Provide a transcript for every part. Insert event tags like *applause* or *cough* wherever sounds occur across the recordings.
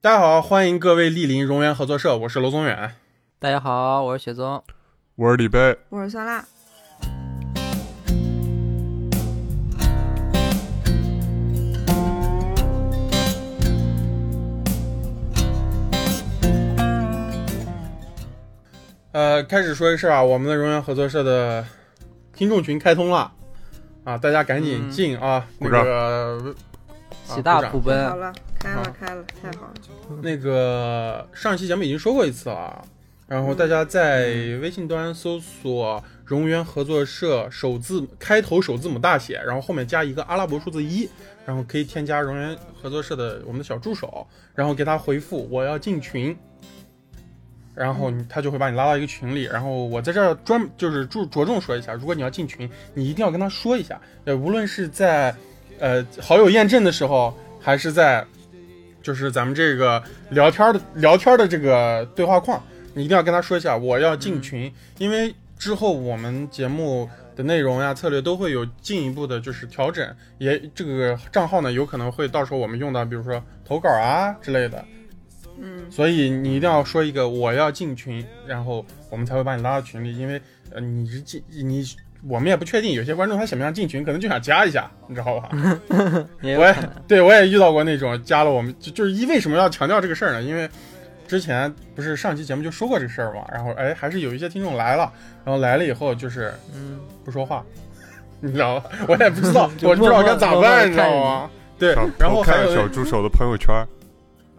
大家好，欢迎各位莅临荣源合作社，我是娄宗远。大家好，我是雪啊宗。我是李贝，我是酸辣，呃，开始说一事啊，我们的荣源合作社的听众群开通了啊，大家赶紧嗯进啊！那鼓掌个啊喜大普鼓好奔，了，开好了开了，太好了，那个上期节目已经说过一次了啊，然后大家在微信端搜索“荣源合作社”首字开头首字母大写，然后后面加一个阿拉伯数字一，然后可以添加荣源合作社的我们的小助手，然后给他回复我要进群，然后你他就会把你拉到一个群里。然后我在这儿专就是注着重说一下，如果你要进群，你一定要跟他说一下，呃，无论是在呃好友验证的时候，还是在就是咱们这个聊天的聊天的这个对话框，你一定要跟他说一下我要进群，因为之后我们节目的内容呀、策略都会有进一步的，就是调整。也这个账号呢，有可能会到时候我们用到，比如说投稿啊之类的。嗯，所以你一定要说一个我要进群，然后我们才会把你拉到群里，因为呃你是进你我们也不确定，有些观众他想不想进群，可能就想加一下，你知道吧？ *laughs* 也有我也可能。对我也遇到过那种加了我们就就是一为什么要强调这个事儿呢？因为之前不是上期节目就说过这个事儿嘛，然后哎还是有一些听众来了，然后来了以后就是嗯，不说话，你知道吧？我也不知道， *laughs* 就我不知道默默地该咋默默地办，你知看道着吗？ *laughs* 对想，然后偷看还有小助手的朋友圈，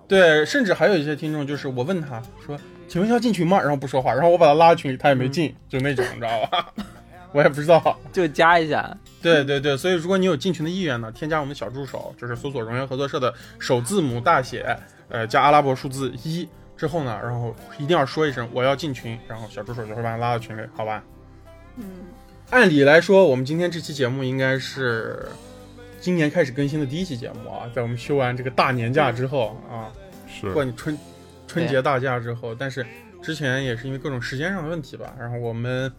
对，甚至还有一些听众，就是我问他说：“请问要进群吗？”然后不说话，然后我把他拉群里，他也没进，就那种，你知道吧？ *laughs* 我也不知道。就加一下。对对对，所以如果你有进群的意愿呢，添加我们小助手，就是搜索“荣源合作社”的首字母大写，呃，加阿拉伯数字一之后呢，然后一定要说一声我要进群，然后小助手就会把你拉到群里，好吧？嗯，按理来说，我们今天这期节目应该是今年开始更新的第一期节目啊，在我们休完这个大年假之后啊，是过你春春节大假之后，但是之前也是因为各种时间上的问题吧，然后我们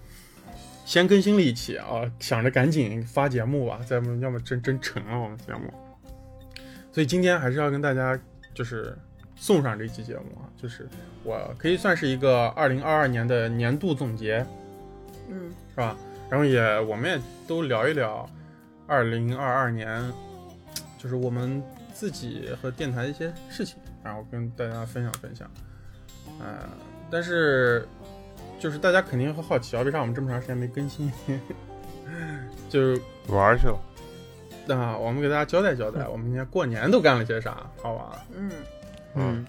先更新了一期啊，想着赶紧发节目吧，再不要么真真成了我们节目。所以今天还是要跟大家就是送上这期节目啊，就是我可以算是一个二零二二年的年度总结，嗯，是吧？然后也我们也都聊一聊二零二二年，就是我们自己和电台的一些事情，然后跟大家分享分享。呃，但是就是大家肯定会好奇啊，为啥我们这么长时间没更新？ *laughs* 就是玩儿去了。啊、我们给大家交代交代，我们今年过年都干了些啥，好吧？嗯，嗯，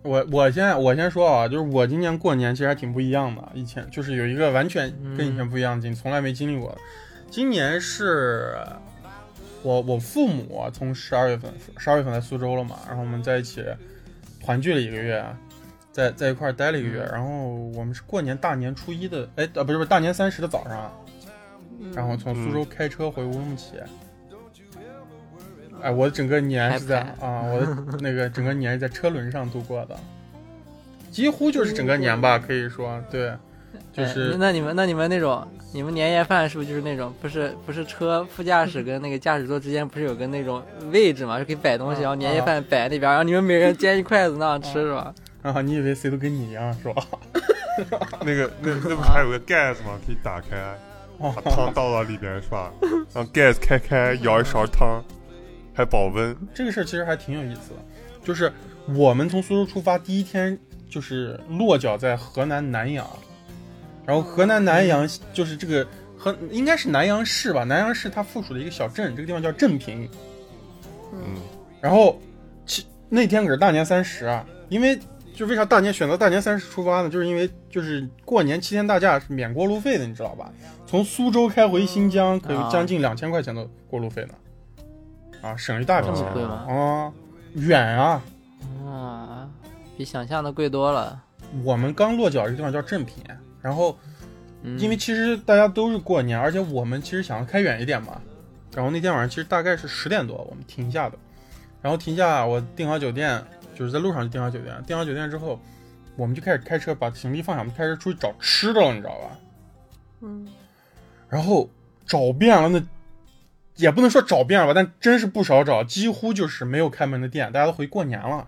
我我先我先说啊，就是我今年过年其实还挺不一样的，以前就是有一个完全嗯跟以前不一样的经历，从来没经历过的。今年是我我父母啊从十二月份十二月份来苏州了嘛，然后我们在一起团聚了一个月，在在一块儿待了一个嗯月，然后我们是过年大年初一的，哎，呃，不是不是大年三十的早上，嗯然后从苏州开车回乌鲁木齐。嗯哎，我整个年是在还啊，我 *laughs* 的那个整个年是在车轮上度过的，几乎就是整个年吧，可以说对，就嗯哎是那你们那你们那种，你们年夜饭是不是就是那种，不是不是车副驾驶跟那个驾驶座之间不是有个那种位置嘛，就可以摆东西，啊然后年夜饭摆那边，然后你们每人煎一筷子那样吃是吧？啊，你以为谁都跟你一样是吧？那 *laughs* 个那那不还有个盖子吗？可以打开，哦把汤倒到里边是吧？然后盖子开开，舀一勺汤，还保温。 *laughs* 这个事儿其实还挺有意思的，就是我们从苏州出发第一天就是落脚在河南南阳，然后河南南阳就是这个河应该是南阳市吧，南阳市它附属的一个小镇，这个地方叫镇平，嗯，然后其那天可是大年三十啊，因为就为啥大年选择大年三十出发呢？就是因为就是过年七天大假是免过路费的，你知道吧？从苏州开回新疆可有啊将近两千块钱的过路费呢，啊，省一大笔这么钱贵嗯吗？啊，远啊！啊，比想象的贵多了。我们刚落脚这个地方叫镇平，然后嗯因为其实大家都是过年，而且我们其实想要开远一点嘛。然后那天晚上其实大概是十点多我们停下的，然后停下我订好酒店，就是在路上就订好酒店，订好酒店之后，我们就开始开车把行李放下，我们开始出去找吃的了，你知道吧？嗯，然后找遍了那也不能说找遍了吧，但真是不少找，几乎就是没有开门的店，大家都回过年了。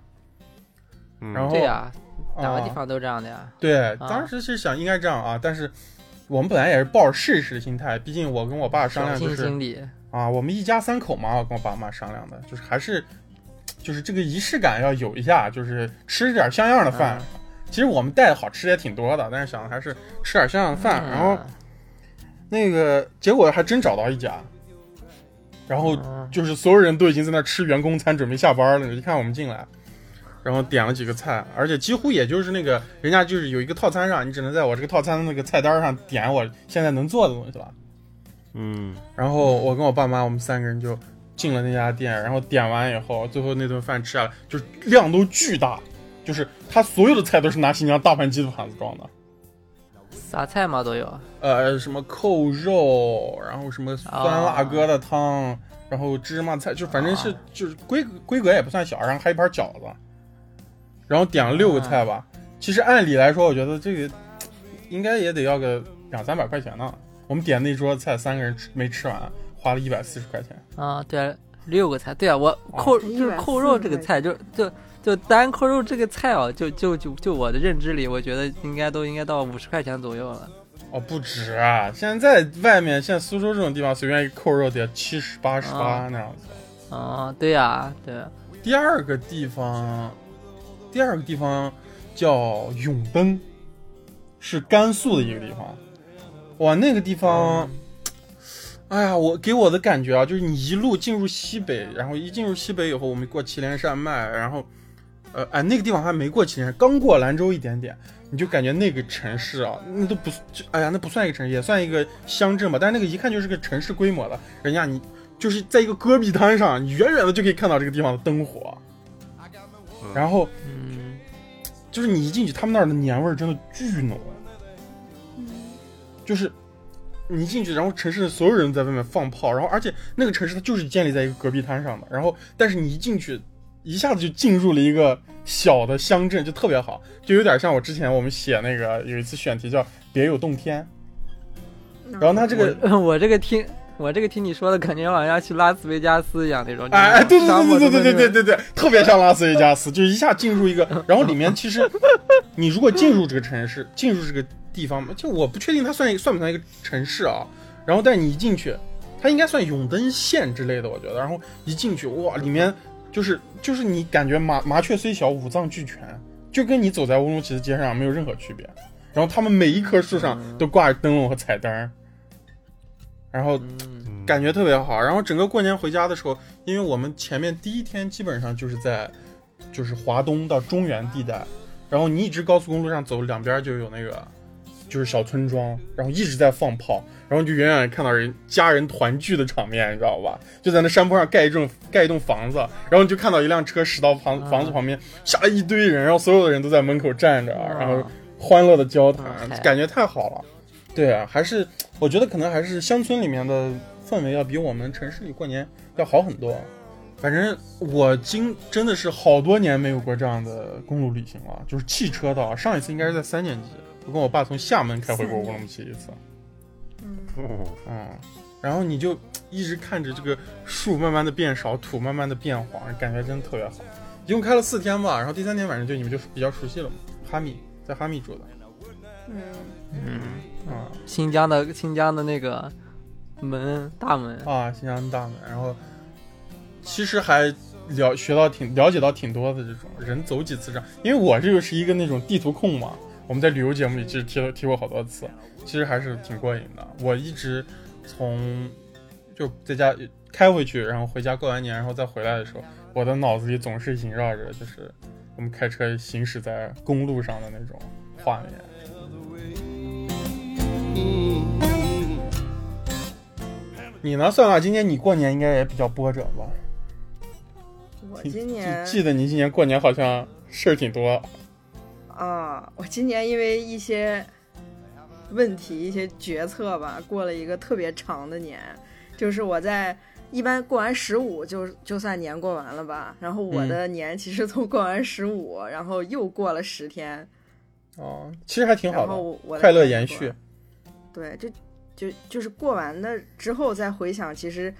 嗯然后对呀，哪个地啊方啊都这样的呀。对，当时是想应该这样啊，但是我们本来也是抱着试一试的心态，毕竟我跟我爸商小量就心是心理，啊，我们一家三口嘛，我跟我爸妈商量的，就是还是就是这个仪式感要有一下，就是吃点像样的饭。嗯其实我们带的好吃的也挺多的，但是想的还是吃点像样的嗯饭。然后那个结果还真找到一家，然后嗯就是所有人都已经在那吃员工餐，准备下班了。一看我们进来，然后点了几个菜，而且几乎也就是那个人家就是有一个套餐上，你只能在我这个套餐的那个菜单上点我现在能做的东西了。嗯，然后我跟我爸妈，我们三个人就进了那家店，然后点完以后，最后那顿饭吃下来，就是量都巨大，就是他所有的菜都是拿新疆大盘鸡的盘子装的，啥菜嘛都有，呃，什么扣肉，然后什么酸辣疙瘩汤，然后芝麻菜，就反正是、啊就是规格规格也不算小，然后还有一盘饺子，然后点了六个菜吧。其实按理来说，我觉得这个应该也得要个两三百块钱呢。我们点那桌菜，三个人吃没吃完，花了一百四十块钱。啊，对啊，六个菜，对啊，我哦扣就是扣肉这个菜，就就就单扣肉这个菜哦，就就就就我的认知里，我觉得应该都应该到五十块钱左右了。哦，不止啊！现在外面，现在苏州这种地方，随便一扣肉得七十八十八啊那样子。啊，对呀，对啊，第二个地方，第二个地方叫永登，是甘肃的一个地方。哇，那个地方，哎呀，我给我的感觉啊，就是你一路进入西北，然后一进入西北以后，我们过祁连山脉，然后，呃，哎，那个地方还没过祁连山，刚过兰州一点点，你就感觉那个城市啊，那都不，就哎呀，那不算一个城市，也算一个乡镇吧，但是那个一看就是个城市规模的，人家你就是在一个戈壁滩上，你远远的就可以看到这个地方的灯火，嗯然后嗯，就是你一进去，他们那儿的年味儿真的巨浓，嗯就是你一进去，然后城市的所有人在外面放炮，然后而且那个城市它就是建立在一个戈壁滩上的，然后但是你一进去，一下子就进入了一个小的乡镇，就特别好，就有点像我之前我们写那个有一次选题叫“别有洞天”，嗯然后它这个我 *laughs* 我这个听。我这个听你说的感觉好像去拉斯维加斯一样那种，哎哎，对对沙漠对对中对对的那对种对对，特别像拉斯维加斯，就一下进入一个，然后里面其实你如果进入这个城市，进入这个地方，就我不确定它算算不算一个城市啊，然后但你一进去，它应该算永登县之类的，我觉得，然后一进去哇，里面就是就是你感觉麻麻雀虽小，五脏俱全，就跟你走在乌鲁木齐的街上没有任何区别。然后他们每一棵树上嗯都挂着灯笼和彩灯儿，然后嗯嗯感觉特别好。然后整个过年回家的时候，因为我们前面第一天基本上就是在就是华东到中原地带，然后你一直高速公路上走，两边就有那个就是小村庄，然后一直在放炮，然后你就远远看到人家人团聚的场面，你知道吧？就在那山坡上盖一栋盖一栋房子，然后你就看到一辆车驶到房啊房子旁边，下来一堆人，然后所有的人都在门口站着，然后啊欢乐的交谈嗯，嗨感觉太好了。对啊，还是我觉得可能还是乡村里面的氛围要比我们城市里过年要好很多。反正我今真的是好多年没有过这样的公路旅行了，就是汽车的啊。上一次应该是在三年级，我跟我爸从厦门开回过乌鲁木齐一次。嗯哦嗯，然后你就一直看着这个树慢慢的变少，土慢慢的变黄，感觉真的特别好。一共开了四天吧，然后第三天晚上就你们就比较熟悉了嘛。哈密在哈密住的，嗯嗯，啊、新疆的新疆的那个门大门，啊，新疆大门，然后其实还了学到挺了解到挺多的这种人走几次这样，因为我这个是一个那种地图控嘛，我们在旅游节目里其实提了提过好多次，其实还是挺过瘾的。我一直从就在家开回去，然后回家过完年，然后再回来的时候，我的脑子里总是萦绕着就是我们开车行驶在公路上的那种画面。你呢，算法？今年你过年应该也比较波折吧？我记今记年记得你今年过年好像事儿挺多。啊，我今年因为一些问题、一些决策吧，过了一个特别长的年。就是我在一般过完十五就就算年过完了吧，然后嗯我的年其实从过完十五，然后又过了十天，哦，其实还挺好然后的，我我的快乐年延过续。对，就就就是过完的之后再回想，其实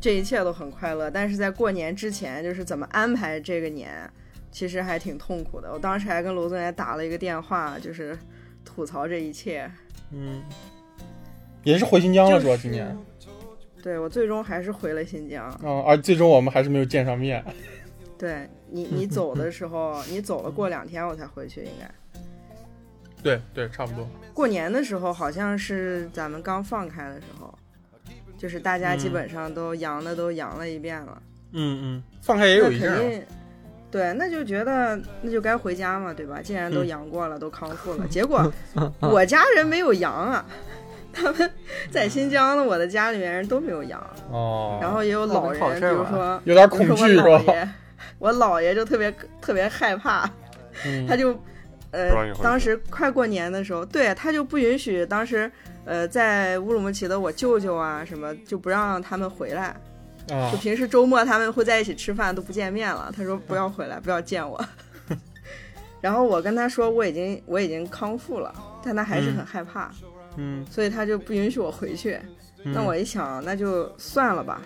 这一切都很快乐，但是在过年之前，就是怎么安排这个年，其实还挺痛苦的。我当时还跟罗总也打了一个电话，就是吐槽这一切。嗯，也是回新疆了，就是吧？今年啊、对我最终还是回了新疆。而最终我们还是没有见上面。对你，你走的时候，你走了过两天我才回去，应该。对对，差不多。过年的时候好像是咱们刚放开的时候，就是大家嗯基本上都阳的都阳了一遍了，嗯嗯，放开也那有一阵肯儿。定。对，那就觉得那就该回家嘛，对吧？嗯既然都阳过了，都康复 *laughs* 了，结果我家人没有阳啊，他们在新疆的我的家里面人都没有阳，哦，然后也有老那不是好人，比事儿吗如说有点比如恐说惧是我姥吧？爷，我姥爷就特别特别害怕，他嗯，就不让你回呃去当时快过年的时候，对他就不允许当时呃在乌鲁木齐的我舅舅啊什么就不让他们回来，啊就，平时周末他们会在一起吃饭都不见面了，他说不要回来，不要见我。 *laughs* 然后我跟他说我已经我已经康复了，但他还是很害怕，嗯，所以他就不允许我回去。嗯那我一想，那就算了吧。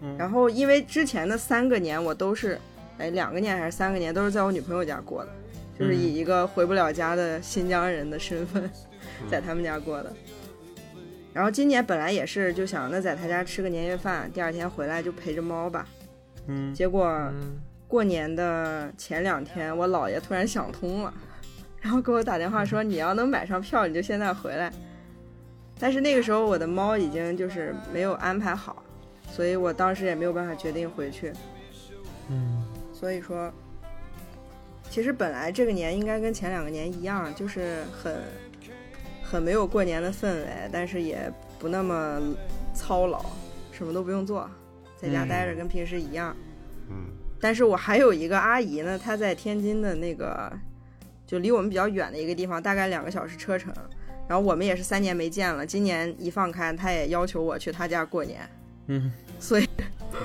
嗯然后因为之前的三个年我都是，哎，两个年还是三个年都是在我女朋友家过的，就是以一个回不了家的新疆人的身份， *laughs* 在他们家过的。然后今年本来也是就想，那在他家吃个年夜饭，第二天回来就陪着猫吧。嗯结果嗯，过年的前两天，我姥爷突然想通了， *laughs* 然后给我打电话说：“你要能买上票，你就现在回来。”但是那个时候我的猫已经就是没有安排好，所以我当时也没有办法决定回去。嗯所以说，其实本来这个年应该跟前两个年一样，就是很很没有过年的氛围，但是也不那么操劳，什么都不用做，在家嗯待着跟平时一样。嗯，但是我还有一个阿姨呢，她在天津的那个，就离我们比较远的一个地方，大概两个小时车程。然后我们也是三年没见了，今年一放开，她也要求我去她家过年，嗯，所以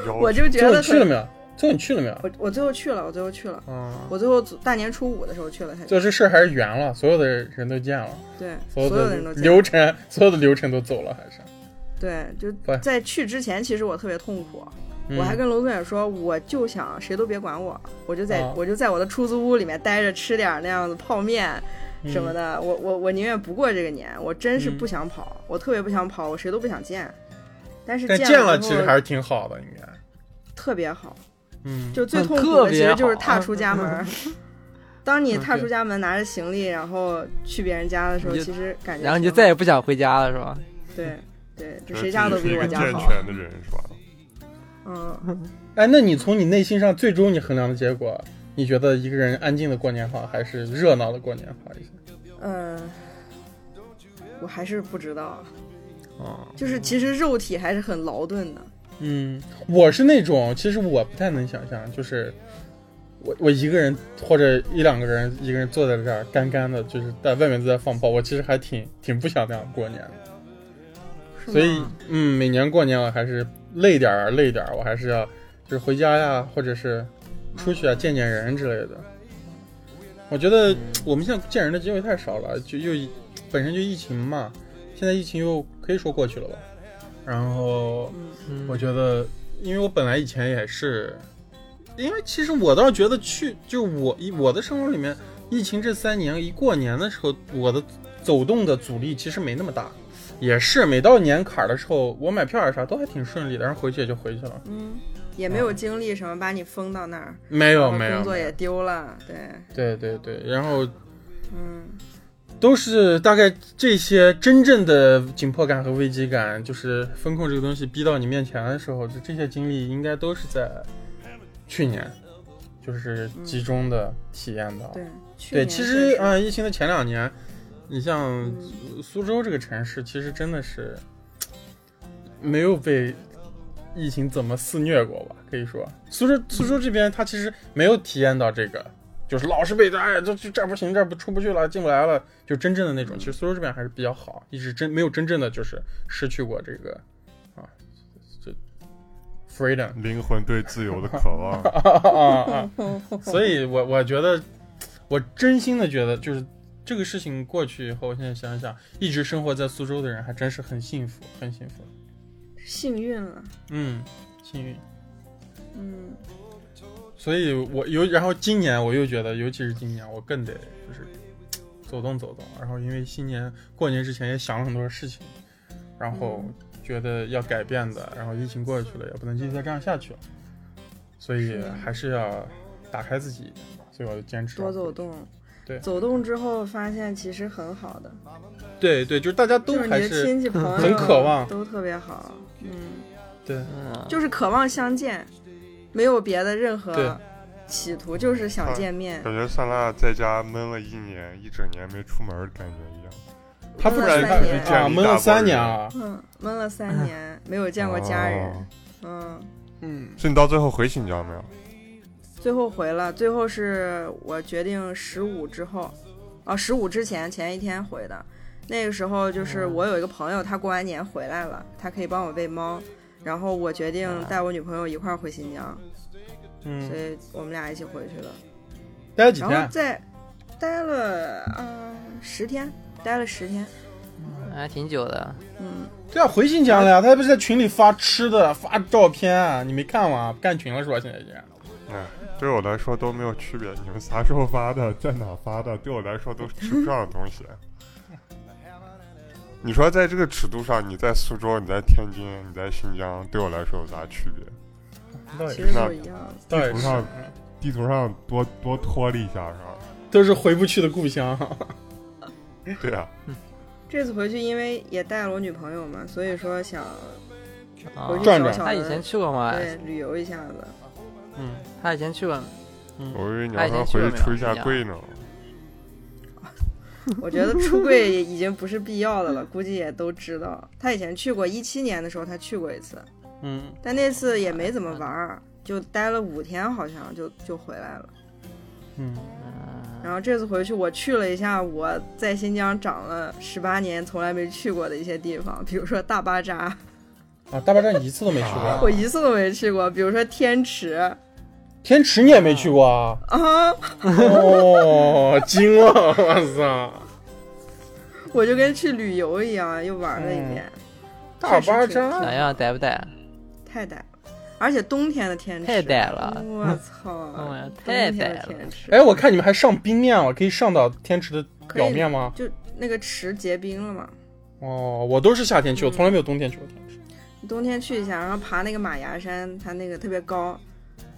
要我就觉哦最后得你去了很，没有？最后你去了没有？我我最后去了，我最后去了，啊，我最后大年初五的时候去了她家，最后这事儿还是圆了，所有的人都见了，对，所所有的人都的见了流程，所有的流程都走了，还是。对，就 *laughs* 对在去之前，其实我特别痛苦，嗯我还跟龙总也说，我就想谁都别管我，我就在、啊我就在我的出租屋里面待着，吃点儿那样的泡面嗯什么的。我我我宁愿不过这个年，我真是不想跑，我特别不想跑，我谁都不想见。但是但见见了了之其后实还是挺好的，应该。特别好，嗯，就最痛嗯苦特的别其实就是好踏出家门儿。当你嗯踏出对家门，拿着行李，然后去别人家的时候，你就其实感觉然后你就挺再也不想回家了，是吧？对对，觉就得谁家自都己嗯是比一我个家健好。全的人是吧？嗯，哎，那你从你内心上最终你衡量的结果，你觉得一个人安静的过年好，还是热闹的过年好一些？呃，我还是不知道，啊，就是其实肉体还是很劳顿的。嗯，我是那种，其实我不太能想象，就是我我一个人或者一两个人，一个人坐在这儿干干的，就是在外面都在放炮，我其实还挺挺不想那样过年的。是所以吗，嗯，每年过年我还是累点儿累点儿，我还是要就是回家呀，或者是出去啊见见人之类的。我觉得我们现在见人的机会太少了，就又本身就疫情嘛，现在疫情又可以说过去了吧。然后嗯我觉得，因为我本来以前也是，因为其实我倒是觉得去，就是我以我的生活里面，疫情这三年一过年的时候，我的走动的阻力其实没那么大，也是每到年坎儿的时候，我买票啊啥都还挺顺利的，然后回去也就回去了，嗯，也没有经历什么把你封到那儿，没然有后没有工，作没有也丢了，对，对对对，然后嗯，都是大概这些真正的紧迫感和危机感，就是风控这个东西逼到你面前的时候，就这些经历应该都是在去年，就是集中的体验到。对，去对，年其确实实啊、呃疫情的前两年，你像嗯苏州这个城市，其实真的是没有被疫情怎么肆虐过吧？可以说，苏州苏州这边它其实没有体验到这个，就是老是被哎，这这这儿不行，这儿不出不去了，进不来了，就真正的那种。其实苏州这边还是比较好，一直真没有真正的就是失去过这个啊，这 freedom。灵魂对自由的渴望，啊啊啊！ *laughs* 所 *laughs* 以我我觉得，我真心的觉得，就是这个事情过去以后，我现在想想，一直生活在苏州的人还真是很幸福，很幸福。幸运了，嗯，幸运。嗯，所以我尤然后今年我又觉得，尤其是今年，我更得就是走动走动。然后因为新年过年之前也想了很多事情，然后嗯觉得要改变的，然后疫情过去了，也不能继续再这样下去了，所以是的还是要打开自己。所以我就坚持多要走动。啊对走动之后发现其实很好的，对对，就是大家都就是你还的是亲戚朋友很渴望都特别好，嗯，对嗯，就是渴望相见，没有别的任对何企图，就是想见面。感觉萨拉在家闷了一年，一整年没出门的感觉一样。他不闷止了一三个年，啊，闷了三年啊，嗯，闷了三年，没有见过家人哦，。嗯，嗯，是你到最后回新疆没有？最后回了，最后是我决定十五之后，哦，十五之前前一天回的。那个时候哦就是嗯我有一个朋友，他过完年回来了，他可以帮我喂猫，然后我决定啊带我女朋友一块儿回新疆，哦嗯所，以我们俩一起回去了。待了几然后天？在待了呃十天，待了十天，还挺久的。嗯，这要啊回新疆了呀，他还不是在群里发吃的、发照片啊、你没看吗？不干群了是吧？现在已经。啊哎，对我来说都没有区别。你们啥时候发的，在哪发的，对我来说都是吃不上的东西。你说在这个尺度上，你在苏州，你在天津，你在新疆，对我来说有啥区别？倒其也实都是一样的。倒也地图是，上嗯地图上多多脱了一下，是吧？都是回不去的故乡。对啊，这次回去因为也带了我女朋友嘛，所以说想啊回去转小转小他以的前去过吗？对旅游一下子。嗯他以前去过，我嗯，以为你要说回去出一下柜哎呢。我觉得出 *laughs* 柜也已经不是必要的了，估计也都知道。他以前去过，一七年的时候他去过一次，嗯，但那次也没怎么玩儿，就待了五天，好像就就回来了。嗯，然后这次回去，我去了一下我在新疆长了十八年从来没去过的一些地方，比如说大巴扎，啊，大巴扎你一次都没去啊过，我一次都没去过；比如说天池天池你也没去过 *laughs* 啊？啊，哦，惊了，我操！ *laughs* 我就跟去旅游一样，又玩了一遍，嗯大巴咋扎，样？逮不逮？太逮了。而且冬天的天池太逮了我操哎呀！冬太天逮的了天池，哎，我看你们还上冰面了，可以上到天池的可以表面吗？就那个池结冰了嘛，哦，我都是夏天去，我从来没有冬天去过啊天池。冬天去一下，然后爬那个马牙山，它那个特别高，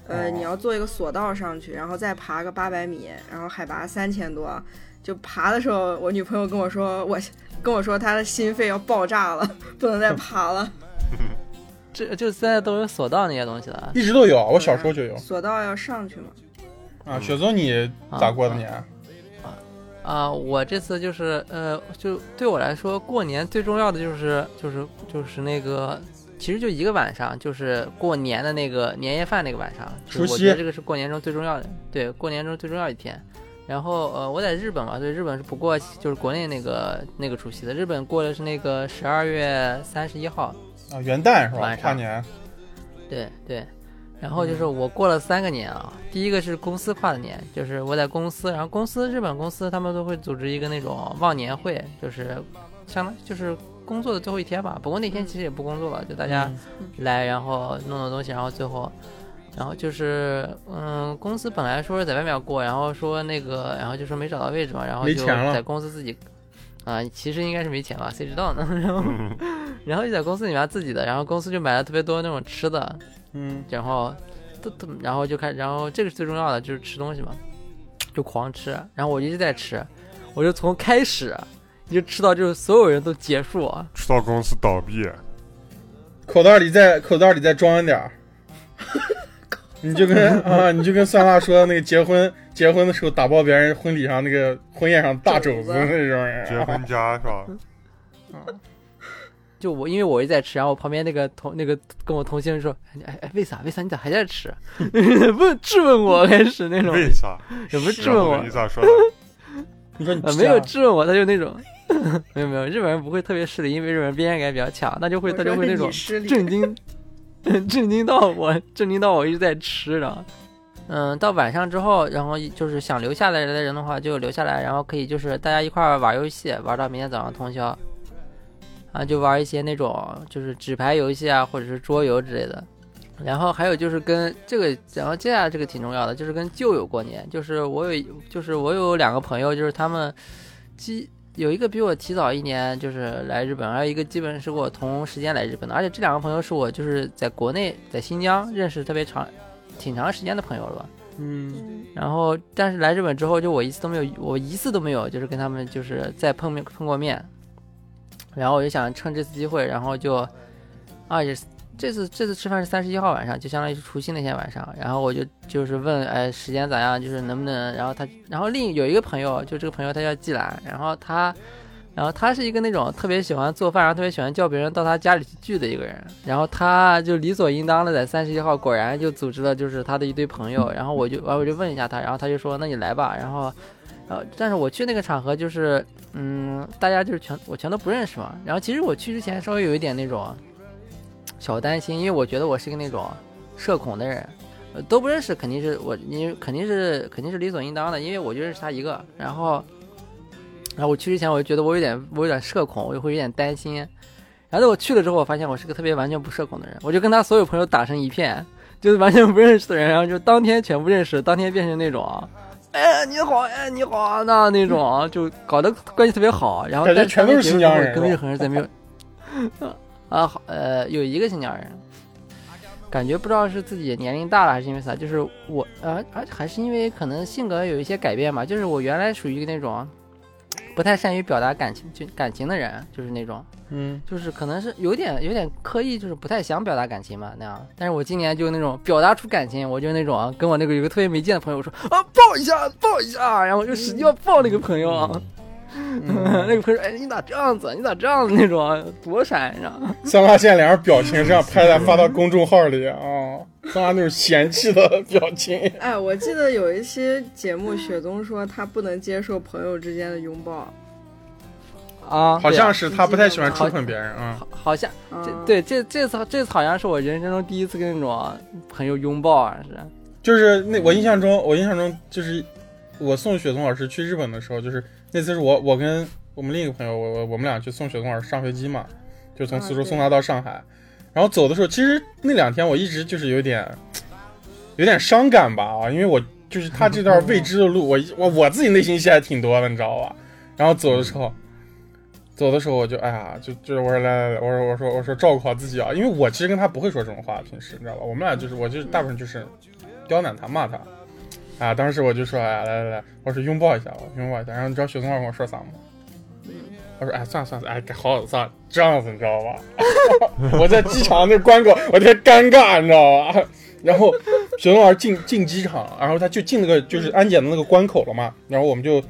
呃，哦你要坐一个索道上去，然后再爬个八百米，然后海拔三千多，就爬的时候，我女朋友跟我说，我跟我说她的心肺要爆炸了，不能再爬了，这就现在都有索道那些东西了。一直都有，啊我啊小时候就有索道要上去嘛，啊。雪松，你咋过的嗯年？啊、我这次就是呃，就对我来说，过年最重要的就是就是就是那个，其实就一个晚上，就是过年的那个年夜饭那个晚上。就除我夕觉得这个是过年中最重要的，对，过年中最重要一天。然后呃，我在日本嘛，对，日本是不过就是国内那个那个除夕的，日本过的是那个十二月三十一号，啊，元旦是吧？晚上跨年。对对，嗯然后就是我过了三个年啊，第一个是公司跨的年，就是我在公司，然后公司日本公司他们都会组织一个那种忘年会，就是相当就是工作的最后一天吧。不过那天其实也不工作了，就大家嗯来，然后弄弄东西，然后最后。然后就是，嗯，公司本来说是在外面过，然后说那个，然后就说没找到位置嘛，然后没就钱了在公司自己，啊、其实应该是没钱吧，谁知道呢？ *laughs* 然后，嗯，然后就在公司里面自己的，然后公司就买了特别多那种吃的，嗯，然后都都，然后就开，然后这个是最重要的，就是吃东西嘛，就狂吃。然后我一直在吃，我就从开始一直吃到就是所有人都结束。吃 *laughs* 到公司倒闭，口袋里再口袋里再装一点 *laughs* 儿。你就跟啊，你就跟酸辣说那个结婚结婚的时候打包别人婚礼上那个婚宴上大肘子那种人，啊结婚家是 *laughs* 吧？就我因为我一直在吃，然后我旁边那个同那个跟我同行人说，哎哎，为啥为啥你咋还在吃？ *laughs* 问质问我开始那种，为啥？有没有质然问后我？你咋说的？你说你呃，吃没有啊质问我，他就那种， *laughs* 没有没有，日本人不会特别失礼，因为日本人边界感比较强，他就会我他就说会那是种你失礼，震惊， *laughs* 震惊到我，震惊到我一直在吃着。嗯，到晚上之后，然后就是想留下来的人的话就留下来，然后可以就是大家一块儿玩游戏，玩到明天早上通宵。啊、啊，就玩一些那种就是纸牌游戏啊，或者是桌游之类的。然后还有就是跟这个，然后接下来这个挺重要的，就是跟旧友过年。就是我有，就是我有两个朋友，就是他们基有一个比我提早一年就是来日本，还有一个基本是跟我同时间来日本的。而且这两个朋友是我就是在国内在新疆认识特别长挺长时间的朋友了吧。嗯，嗯然后，但是来日本之后，就我一次都没有，我一次都没有，就是跟他们就是再碰面碰过面。然后我就想趁这次机会，然后就，啊，也是这次这次吃饭是三十一号晚上，就相当于是除夕那天晚上。然后我就就是问，哎，时间咋样？就是能不能？然后他，然后另有一个朋友，就这个朋友他叫季兰，然后他，然后他是一个那种特别喜欢做饭，然后特别喜欢叫别人到他家里去聚的一个人。然后他就理所应当的在三十一号果然就组织了就是他的一堆朋友。然后我就完我就问一下他，然后他就说那你来吧。然后，然后但是我去那个场合就是嗯，大家就是全我全都不认识嘛。然后其实我去之前稍微有一点那种小担心，因为我觉得我是一个那种社恐的人。呃都不认识，肯定是我，你肯定是肯定是理所应当的，因为我就认识他一个。然后，然后我去之前，我就觉得我有点我有点社恐，我就会有点担心。然后等我去了之后，我发现我是个特别完全不社恐的人，我就跟他所有朋友打成一片，就是完全不认识的人，然后就当天全部认识，当天变成那种，哎你好，哎你好那那种，啊就搞得关系特别好。然后感觉但全都是新疆人跟是吧任何人在没有啊好呃有一个新疆人。感觉不知道是自己年龄大了还是因为啥，就是我呃，而还是因为可能性格有一些改变吧。就是我原来属于那种不太善于表达感情就感情的人，就是那种，嗯，就是可能是有点有点刻意，就是不太想表达感情嘛那样。但是我今年就那种表达出感情，我就那种啊跟我那个有个特别没劲的朋友我说啊抱一下抱一下，然后我就使劲要抱那个朋友啊，嗯 *laughs* 那个朋友说哎你咋这样子，你咋这样子那种啊躲闪你知道吗？三八线脸上表情这样拍下发到公众号里啊，三八那种嫌弃的表情。 *laughs* 哎，我记得有一期节目，雪宗说他不能接受朋友之间的拥抱。啊，好对啊像是嗯他不太喜欢触碰别人啊。好好像。啊这对这这次这次好像是我人生中第一次跟那种朋友拥抱啊，是就是那我印象中，我印象中就是我送雪松老师去日本的时候，就是那次是我我跟我们另一个朋友，我我我们俩去送雪松老师上飞机嘛，就从啊苏州对送他到上海。然后走的时候，其实那两天我一直就是有点有点伤感吧啊，因为我就是他这段未知的路，我我我自己内心戏还挺多的，你知道吧？然后走的时候。走的时候我就哎呀，就就是我说来来来，我说我说我说照顾好自己啊，因为我其实跟他不会说这种话，平时你知道吧？我们俩就是我就是大部分就是刁难他骂他，啊，当时我就说哎呀来来来，我说拥抱一下，我拥抱一下。然后你知道雪松老师跟我说啥吗？我说哎算了算了，哎好算了这样子你知道吧？ *laughs* 我在机场那关口，我特别尴尬，你知道吧？然后雪松老师进进机场，然后他就进那个就是安检的那个关口了嘛，然后我们就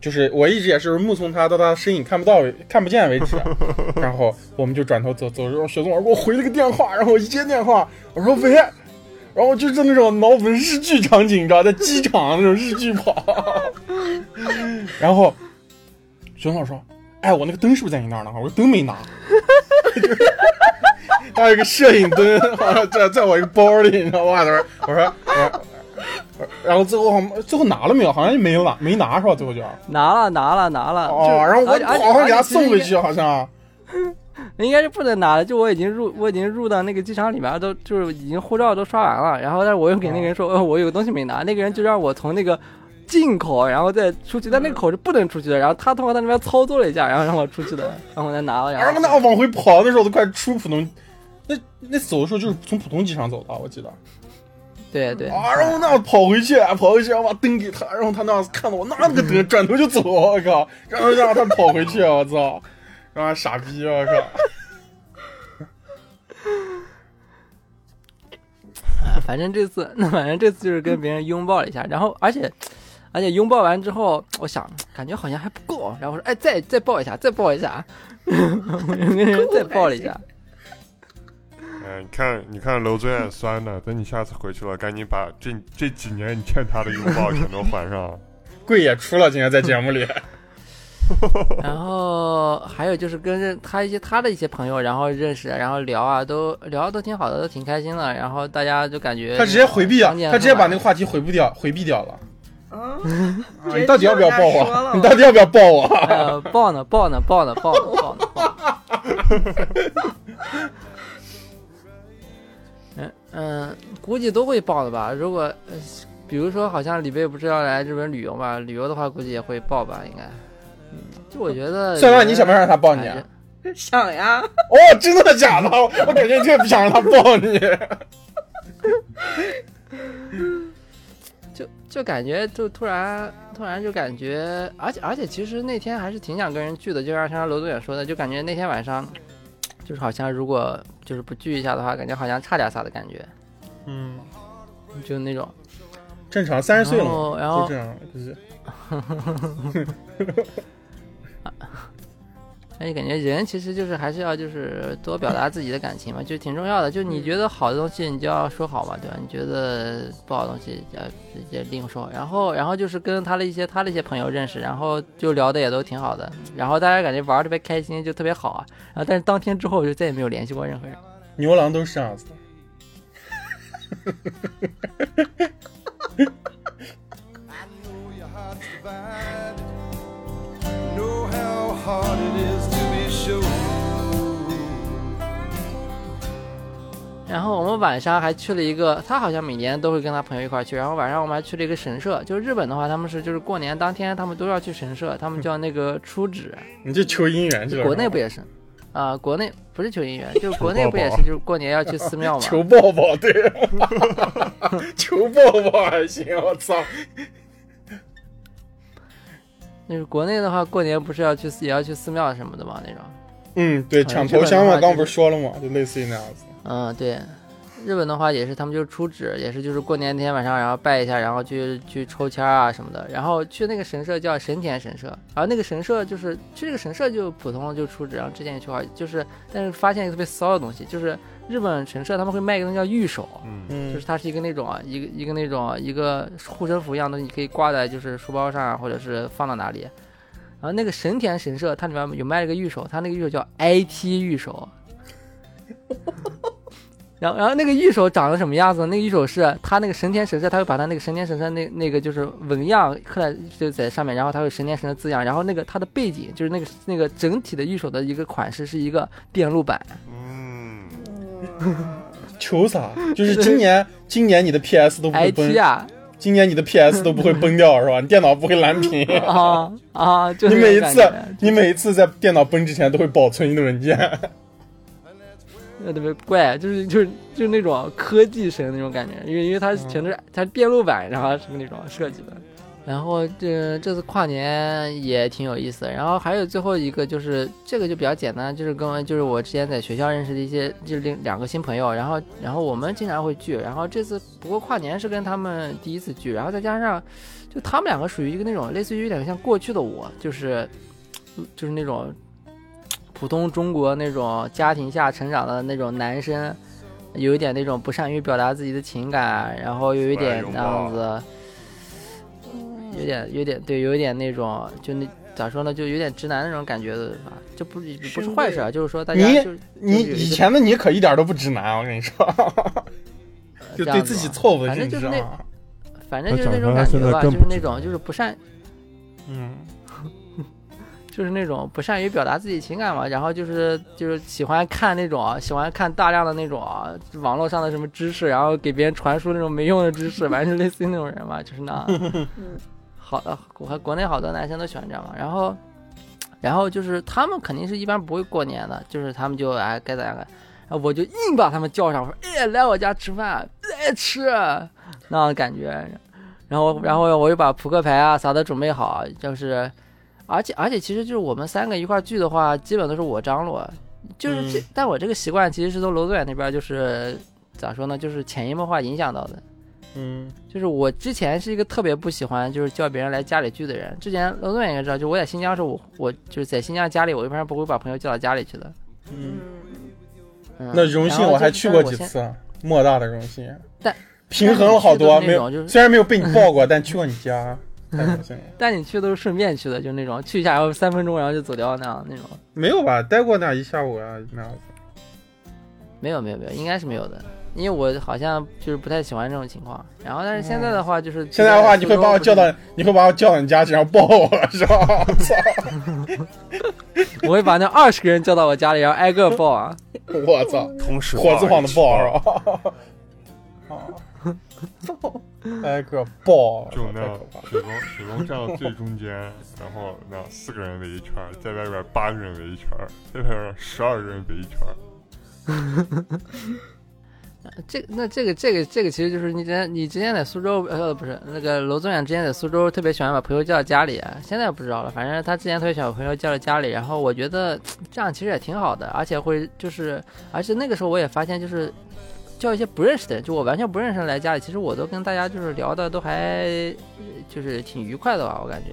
就是我一直也是目送他到他身影看不到、看不见为止，啊然后我们就转头走走的时候，雪松老师给我回了个电话，然后我一接电话，我说喂，然后就是那种脑补日剧场景，你知道，在机场那种日剧 *laughs* 跑，然后雪松老师说，哎，我那个灯是不是在你那儿呢？我说灯没拿，就是他有一个摄影灯，好像在在我一个包里，你知道吧？他说，我说，我说。然后最后好像最后拿了没有？好像也没有拿，没拿是吧？最后就拿了拿了拿了，啊就哦，然后我而且好像给他送回，而且而且其实去，好像。应该应该是不能拿的，就我已经入我已经入到那个机场里面都就是已经护照都刷完了，然后但是我又给那个人说，呃我有个东西没拿，那个人就让我从那个。进口，然后再出去，但那个口是不能出去的。然后他通过他那边操作了一下，然后让我出去的，然后我再拿了。然然后 *laughs* 后那往回跑的时候都快出浦东，那那走的时候就是从浦东机场走的，我记得。对对，啊，然后那样跑回去，跑回去，然后把灯给他，然后他那样子看到我拿那个 *laughs* 灯，转头就走，我靠，然后让他跑回去，我操，让他傻逼，我靠。反正这次，那反正这次就是跟别人拥抱了一下，然后而且，而且拥抱完之后，我想感觉好像还不够，然后我说哎，再再抱一下，再抱一下， *laughs* 我就跟人再抱了一下，哎，你看，你看，楼尊也酸的。等你下次回去了，赶紧把这这几年你欠他的拥抱全都还上。贵也出了，今天在节目里。 *laughs* 然后还有就是跟认他一些他的一些朋友，然后认识，然后聊啊，都聊的都挺好的，都挺开心的，然后大家就感觉他直接回避啊相，见他直接恨把晚那个话题回不掉，回避掉了。 *laughs* 啊啊，你到底要不要抱直接就让人家我？说了你到底要不要抱我？呃，抱呢，抱呢，抱呢，抱呢，抱呢，抱呢嗯嗯，估计都会报的吧。如果、呃比如说，好像李贝不是要来日本旅游嘛？旅游的话，估计也会报吧，应该。嗯，就我觉得 *laughs* 人，算了，你想不想让他抱你啊？哎 *laughs* 想呀，哦，真的假的？我我感觉你特别不想让他抱你。就就感觉就突然突然就感觉，而且而且其实那天还是挺想跟人聚的，就像刚才楼总也说的，就感觉那天晚上，就是好像如果就是不聚一下的话，感觉好像差点啥的感觉，嗯，就那种。正常，三十岁了然嘛，后哦然就后这样，就是而且感觉人其实就是还是要就是多表达自己的感情嘛，就挺重要的。就你觉得好的东西，你就要说好嘛，对吧？你觉得不好的东西，呃，直接另说。然后，然后就是跟他的一些他的一些朋友认识，然后就聊的也都挺好的，然后大家感觉玩儿特别开心，就特别好啊。然后，但是当天之后就再也没有联系过任何人。牛郎都是这样子的。 I know your heart's divided. Know how hard it is to be sure. 然后我们晚上还去了一个，他好像每年都会跟他朋友一块儿去。然后晚上我们还去了一个神社，就是日本的话，他们是就是过年当天他们都要去神社，他们叫那个出纸。你这求姻缘去了，国内是不吧也是？啊、国内不是求姻缘，就是国内抱不也是抱，就是过年要去寺庙嘛。 *laughs* 求抱抱，对，求抱抱还行，我操，就是国内的话，过年不是要去也要去寺庙什么的嘛那种。嗯，对，抢头香嘛，刚不是说了嘛，就类似于那样子。嗯，对。日本的话也是，他们就出纸，也是就是过年那天晚上，然后拜一下，然后去去抽签啊什么的，然后去那个神社叫神田神社，然后那个神社就是去这个神社就普通就出纸，然后之前也去好几，就是但是发现一个特别骚的东西，就是日本神社他们会卖一个东西叫玉手，嗯，就嗯是它是一个那种啊，一个一个那种啊一个护身符一样的，你可以挂在就是书包上啊，或者是放到哪里。然后那个神田神社，它里面有卖了个玉手，它那个玉手叫 IT 玉手。 *laughs* 然后，然后那个玉手长得什么样子呢？那个玉手是它那个神田神社，它会把它那个神田神社那那个就是纹样刻在就在上面，然后它有神田神社字样，然后那个它的背景就是那个那个整体的玉手的一个款式是一个电路板，嗯，求啥？就是今 *laughs* 年，今年你的 PS 都不会 IT 崩，啊今年你的 PS 都不会崩掉是吧？你电脑不会蓝屏，啊啊！ *laughs* 就是你每一那种次感觉，你每一次在电脑崩之前都会保存你的文 *laughs* 件。呃，特别怪，就是就是就是那种科技神那种感觉，因为因为它全都是它是电路板，然后是那种设计的。然后这这次跨年也挺有意思的。然后还有最后一个就是这个就比较简单，就是跟我就是我之前在学校认识的一些就是另两个新朋友，然后然后我们经常会聚，然后这次不过跨年是跟他们第一次聚，然后再加上就他们两个属于一个那种类似于有点像过去的我，就是就是那种普通中国那种家庭下成长的那种男生，有一点那种不善于表达自己的情感，然后有一点那样子，有点有点对，有一点那种就那咋说呢，就有点直男那种感觉的吧，这不不是坏事啊，就是说大家你就是你以前的你可一点都不直男，我跟你说， *laughs* 呃就对自己错误的反正认就知是那啊。反正就是他那种长大感现觉在吧，就更是不那直种就是不善嗯，就是那种不善于表达自己情感嘛，然后就是就是喜欢看那种啊喜欢看大量的那种啊网络上的什么知识，然后给别人传输那种没用的知识，反正就类似于那种人嘛，就是那好的国国内好多男生都喜欢这样嘛，然后然后就是他们肯定是一般不会过年的，就是他们就哎该咋样该，然后我就硬把他们叫上，我说哎来我家吃饭，来吃那种感觉，然后然后我就把扑克牌啊啥的准备好，就是。而且而且其实就是我们三个一块儿聚的话，基本都是我张罗，就是这，嗯但我这个习惯其实是从楼远那边儿就是咋说呢，就是潜移默化影响到的。嗯，就是我之前是一个特别不喜欢就是叫别人来家里聚的人，之前楼总也应该知道，就我在新疆的时候，我我就是在新疆家里，我一般不会把朋友叫到家里去的。嗯，嗯、那荣幸然后我还就去过但几是我现次，莫大的荣幸。但平衡了好多，但没是你去的是那种有，就是虽然没有被你抱过，但去过你家， *laughs* 太荣幸了。但你去都是顺便去的，就那种去一下，然后三分钟然后就走掉那样那种。没有吧？待过那一下午啊，那样子。没有没有没有，应该是没有的，因为我好像就是不太喜欢这种情况。然后但是现在的话就是、现在的话，你苏会州把我不是 *laughs* 叫到，你会把我叫到你家去，然后抱我，是吧？我操！我会把那二十个人叫到我家里，然后挨个报啊。我操，同时火字旁的爆啊，是吧？ *laughs* *laughs* 挨个爆，就那太样可哎怕了雪龙雪龙站到最中间，然后那样四个人围一圈儿，在外边八个人围一圈儿，在外边十二个人围一圈儿，这那这个这个这个其实就是你之前你之前在苏州呃不是那个楼宗远之前在苏州特别喜欢把朋友叫到家里，啊现在不知道了。反正他之前特别喜欢把朋友叫到家里，然后我觉得这样其实也挺好的，而且会就是而且那个时候我也发现就是叫一些不认识的人，就我完全不认识的人来家里，其实我都跟大家就是聊的都还呃就是挺愉快的吧，我感觉。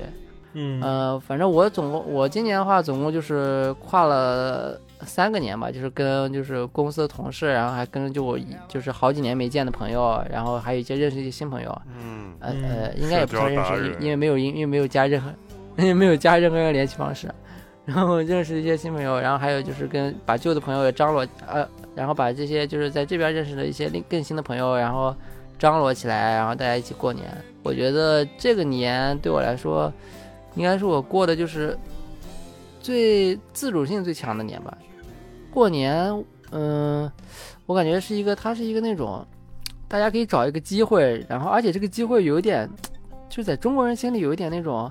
嗯呃，反正我总共我今年的话，总共就是跨了三个年吧，就是跟就是公司的同事，然后还跟就我一就是好几年没见的朋友，然后还有一些认识一些新朋友，嗯，呃嗯呃，应该也不算认社交达识，人因因为没有因因为没有加任何因为没有加任何联系方式， *laughs* 然后认识一些新朋友，然后还有就是跟把旧的朋友也张罗呃，然后把这些就是在这边认识的一些另更新的朋友，然后张罗起来，然后大家一起过年。我觉得这个年对我来说，应该是我过的就是最自主性最强的年吧。过年，嗯、我感觉是一个，它是一个那种，大家可以找一个机会，然后而且这个机会有一点，就在中国人心里有一点那种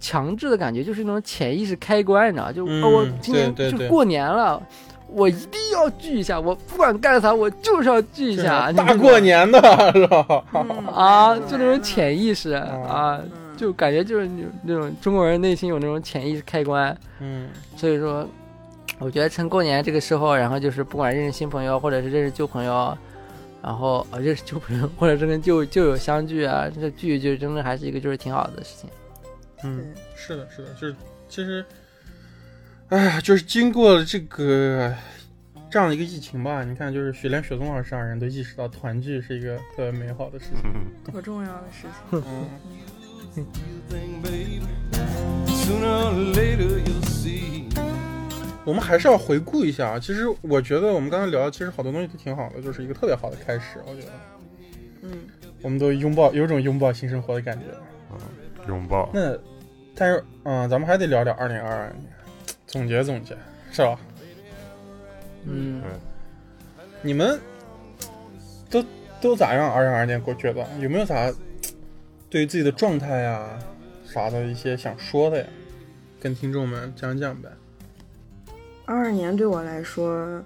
强制的感觉，就是那种潜意识开关，你知道吗？就、嗯哦我今年对对就对过年了。我一定要聚一下，我不管干啥，我就是要聚一下。啊你啊大知道过吗年的是吧？嗯啊，就那种，潜意识啊，嗯就感觉就是那那种中国人内心有那种潜意识开关，嗯所以说，我觉得趁过年这个时候，然后就是不管认识新朋友，或者是认识旧朋友，然后呃认识旧朋友，或者是跟旧旧友相聚啊，这聚一聚，真的还是一个就是挺好的事情。嗯。对是的，是的，就是其实，哎呀，就是经过了这个这样的一个疫情吧，你看，就是雪莲、雪松老师两人都意识到团聚是一个特别美好的事情。嗯多重要的事情。 *laughs* 嗯， thing, baby. Sooner or later you'll see. 我们还是要回顾一下啊。其实我觉得我们刚才聊的，其实好多东西都挺好的，就是一个特别好的开始。我觉得嗯，我们都拥抱，有种拥抱新生活的感觉。 *laughs* 拥抱，那但是，嗯，咱们还得聊聊二零二二年，总结总结，是吧？嗯，你们都都咋样？二零二年过觉得有没有啥对于自己的状态呀、啥的一些想说的呀？跟听众们讲讲呗。二二年对我来说，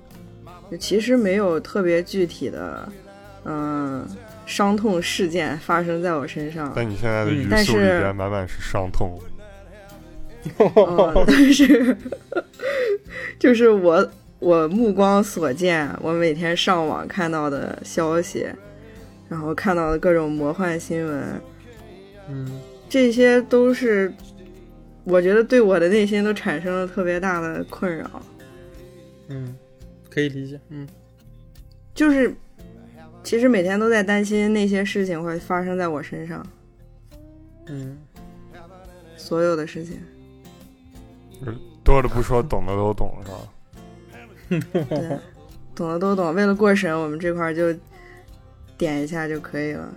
其实没有特别具体的，嗯、伤痛事件发生在我身上。但你现在的嗯语但速里是边满满是伤痛，嗯，但是就是我我目光所见，我每天上网看到的消息，然后看到的各种魔幻新闻， *laughs* 嗯这些都是我觉得对我的内心都产生了特别大的困扰。嗯，可以理解。嗯就是其实每天都在担心那些事情会发生在我身上，嗯，所有的事情。多的不说，懂的都懂，是吧？对，懂的都懂。为了过审，我们这块儿就点一下就可以了。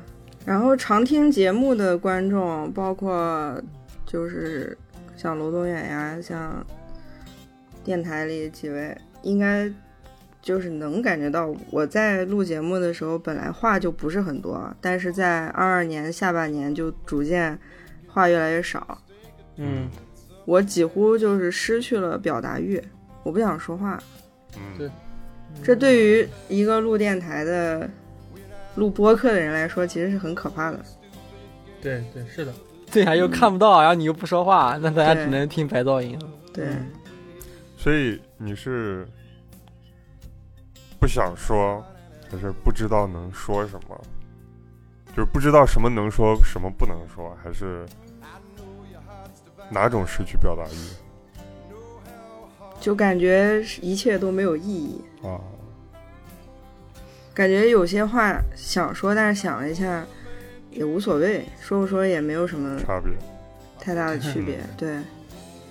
然后常听节目的观众，包括就是像罗东远呀，像电台里几位，应该就是能感觉到我在录节目的时候，本来话就不是很多，但是在二二年下半年就逐渐话越来越少，嗯，我几乎就是失去了表达欲，我不想说话。对嗯，这对于一个录电台的、录播客的人来说，其实是很可怕的。对对，是的。对呀、又看不到，然啊后你又不说话，那大家对只能听白噪音了。对，嗯所以你是不想说，可是不知道能说什么，就是不知道什么能说，什么不能说，还是哪种失去表达欲就感觉一切都没有意义，啊？感觉有些话想说，但是想了一下也无所谓，说不说也没有什么差别，太大的区别。嗯对，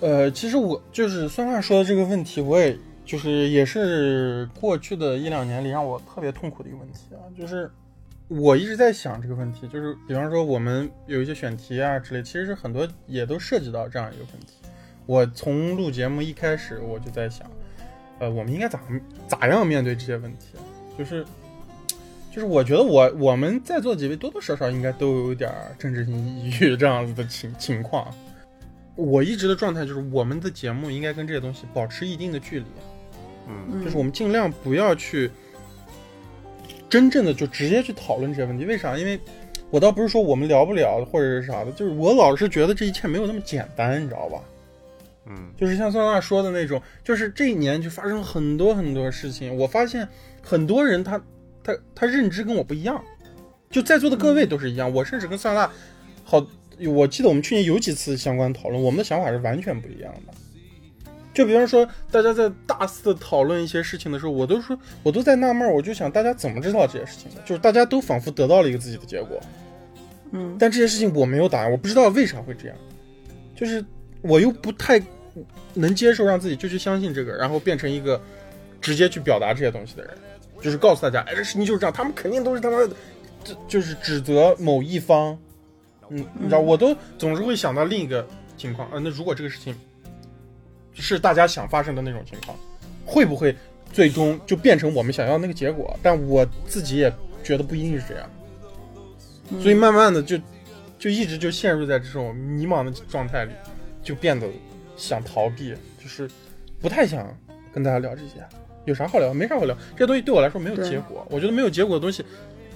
呃，其实我就是孙娜说的这个问题，我也就是也是过去的一两年里让我特别痛苦的一个问题啊，就是我一直在想这个问题，就是比方说我们有一些选题啊之类，其实是很多也都涉及到这样一个问题，我从录节目一开始我就在想，呃，我们应该咋咋样面对这些问题？啊就是就是，我觉得我我们在座几位多多少少应该都有一点儿政治性 *laughs* 抑郁这样子的情情况。啊我一直的状态就是，我们的节目应该跟这些东西保持一定的距离。嗯嗯就是我们尽量不要去真正的就直接去讨论这些问题。为啥？因为我倒不是说我们聊不了或者是啥的，就是我老是觉得这一切没有那么简单，你知道吧？嗯就是像酸辣说的那种，就是这一年就发生了很多很多事情，我发现很多人他他他认知跟我不一样，就在座的各位都是一样，我甚至跟酸辣好，我记得我们去年有几次相关讨论，我们的想法是完全不一样的。就比方说，大家在大肆地讨论一些事情的时候，我都说，我都在纳闷儿，我就想大家怎么知道这些事情的？就是大家都仿佛得到了一个自己的结果，嗯但这些事情我没有答案，我不知道为啥会这样，就是我又不太能接受让自己就去相信这个，然后变成一个直接去表达这些东西的人，就是告诉大家，哎，这事情就是这样，他们肯定都是他妈的，这就是指责某一方，嗯，你知道，我都总是会想到另一个情况，啊，那如果这个事情是大家想发生的那种情况，会不会最终就变成我们想要的那个结果？但我自己也觉得不一定是这样。嗯所以慢慢的就就一直就陷入在这种迷茫的状态里，就变得想逃避，就是不太想跟大家聊这些，有啥好聊？没啥好聊，这些东西对我来说没有对结果，我觉得没有结果的东西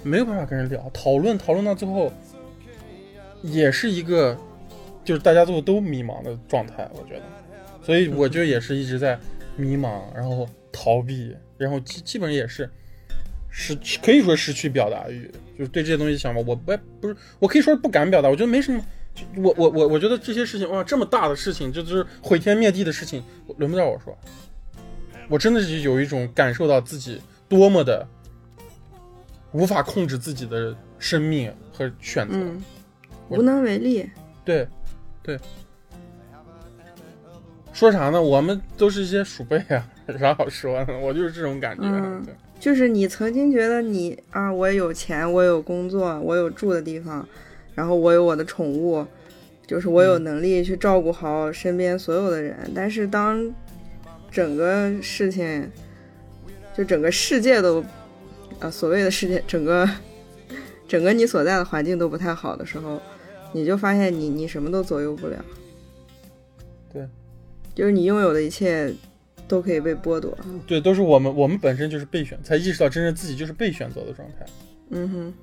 没有办法跟人聊，讨论讨论到最后也是一个就是大家最后都迷茫的状态，我觉得，所以我就也是一直在迷茫，然后逃避，然后基基本上也是。失去可以说失去表达欲，就是对这些东西想法，我不不是，我可以说是不敢表达，我觉得没什么，就我我我我觉得这些事情哇，这么大的事情，这就是毁天灭地的事情，我轮不到我说，我真的是有一种感受到自己多么的无法控制自己的生命和选择，嗯，无能为力。对，对。说啥呢？我们都是一些鼠辈啊， *laughs* 有啥好说呢？我就是这种感觉。啊嗯对就是你曾经觉得你啊，我有钱，我有工作，我有住的地方，然后我有我的宠物，就是我有能力去照顾好身边所有的人。但是当整个事情，就整个世界都，呃，所谓的世界，整个整个你所在的环境都不太好的时候，你就发现你你什么都左右不了。对，就是你拥有的一切都可以被剥夺。对，都是我们，我们本身就是被选，才意识到真正自己就是被选择的状态。嗯哼，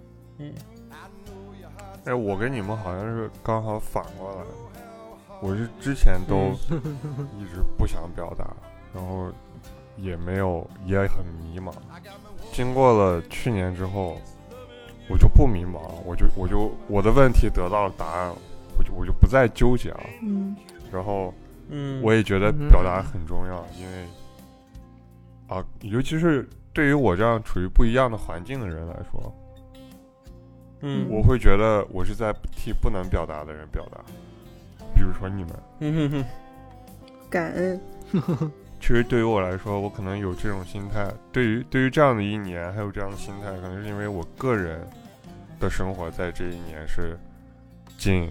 哎，我跟你们好像是刚好反过来，我是之前都嗯一直不想表达，然后也没有也很迷茫。经过了去年之后，我就不迷茫了，我就我就我的问题得到了答案了，我就我就不再纠结了。嗯。然后嗯，我也觉得表达很重要，因为啊，尤其是对于我这样处于不一样的环境的人来说，嗯我会觉得我是在替不能表达的人表达，比如说你们。嗯哼哼，感恩。其实对于我来说，我可能有这种心态。对于对于这样的一年，还有这样的心态，可能是因为我个人的生活在这一年是近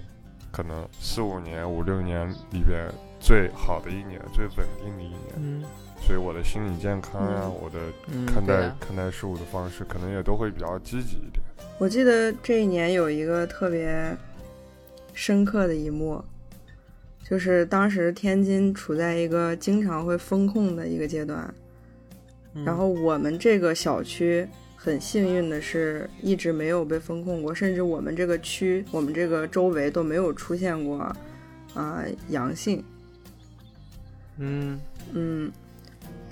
可能四五年、五六年里边最好的一年，最稳定的一年，嗯所以我的心理健康呀、嗯我的嗯，看对待、啊看待事物的方式，可能也都会比较积极一点。我记得这一年有一个特别深刻的一幕，就是当时天津处在一个经常会封控的一个阶段，嗯然后我们这个小区很幸运的是一直没有被封控过，甚至我们这个区、我们这个周围都没有出现过啊、阳性。嗯嗯，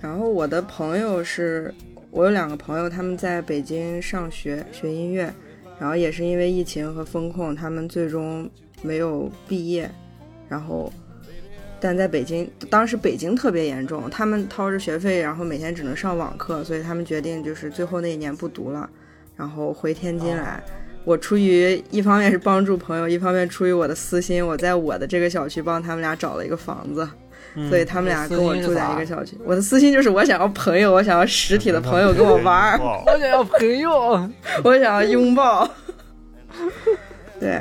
然后我的朋友是，我有两个朋友，他们在北京上学学音乐，然后也是因为疫情和风控，他们最终没有毕业，然后。但在北京，当时北京特别严重，他们掏着学费，然后每天只能上网课，所以他们决定就是最后那一年不读了，然后回天津来。我出于一方面是帮助朋友，一方面出于我的私心，我在我的这个小区帮他们俩找了一个房子。嗯所以他们俩跟我住在一个小区。我的私心就是我想要朋友，我想要实体的朋友跟我玩 *laughs* 儿，哇我想要朋友， *laughs* 我想要拥抱。对。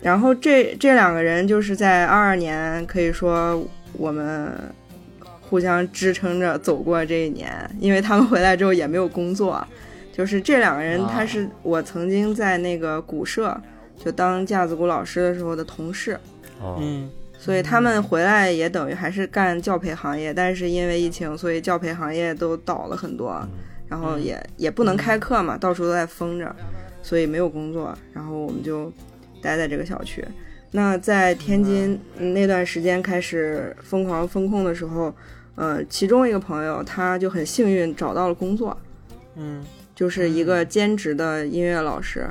然后这这两个人就是在二二年，可以说我们互相支撑着走过这一年，因为他们回来之后也没有工作，就是这两个人啊，他是我曾经在那个古社就当架子鼓老师的时候的同事，啊，嗯，所以他们回来也等于还是干教培行业，但是因为疫情，所以教培行业都倒了很多，嗯然后也也不能开课嘛，到处都在封着，所以没有工作，然后我们就待在这个小区。那在天津嗯那段时间开始疯狂封控的时候，呃，其中一个朋友他就很幸运找到了工作，嗯就是一个兼职的音乐老师。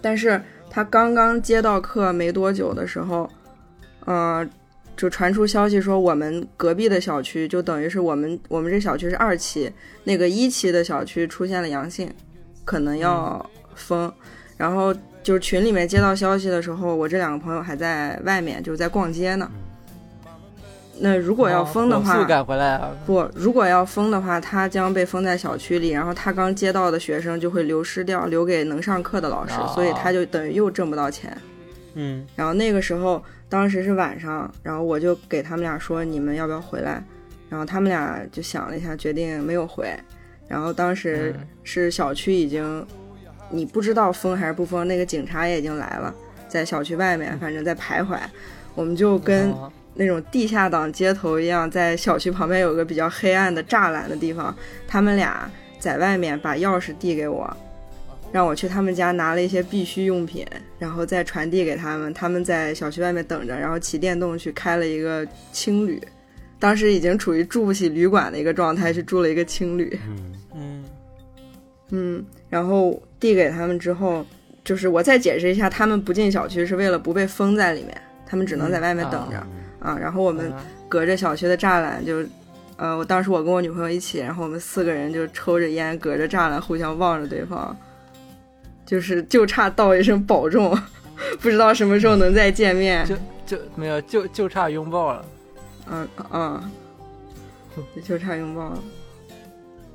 但是他刚刚接到课没多久的时候，呃，就传出消息说我们隔壁的小区，就等于是我们我们这小区是二期，那个一期的小区出现了阳性，可能要封。然后就是群里面接到消息的时候，我这两个朋友还在外面，就是在逛街呢。那如果哦要封的话，火速赶回来啊！不，如果要封的话，他将被封在小区里，然后他刚接到的学生就会流失掉，留给能上课的老师，所以他就等于又挣不到钱。嗯然后那个时候，当时是晚上，然后我就给他们俩说，你们要不要回来？然后他们俩就想了一下，决定没有回。然后当时嗯是小区已经，你不知道封还是不封，那个警察也已经来了，在小区外面，反正在徘徊。我们就跟啊那种地下党街头一样，在小区旁边有个比较黑暗的栅栏的地方，他们俩在外面把钥匙递给我，让我去他们家拿了一些必需用品，然后再传递给他们。他们在小区外面等着，然后骑电动去开了一个青旅，当时已经处于住不起旅馆的一个状态，去住了一个青旅。嗯嗯嗯，然后递给他们之后，就是我再解释一下，他们不进小区是为了不被封在里面，他们只能在外面等着、嗯啊。然后我们啊隔着小区的栅栏就，呃，我当时我跟我女朋友一起，然后我们四个人就抽着烟，隔着栅栏互相望着对方，就是就差道一声保重， *laughs* 不知道什么时候能再见面。就就没有，就就差拥抱了。嗯嗯，就差拥抱了。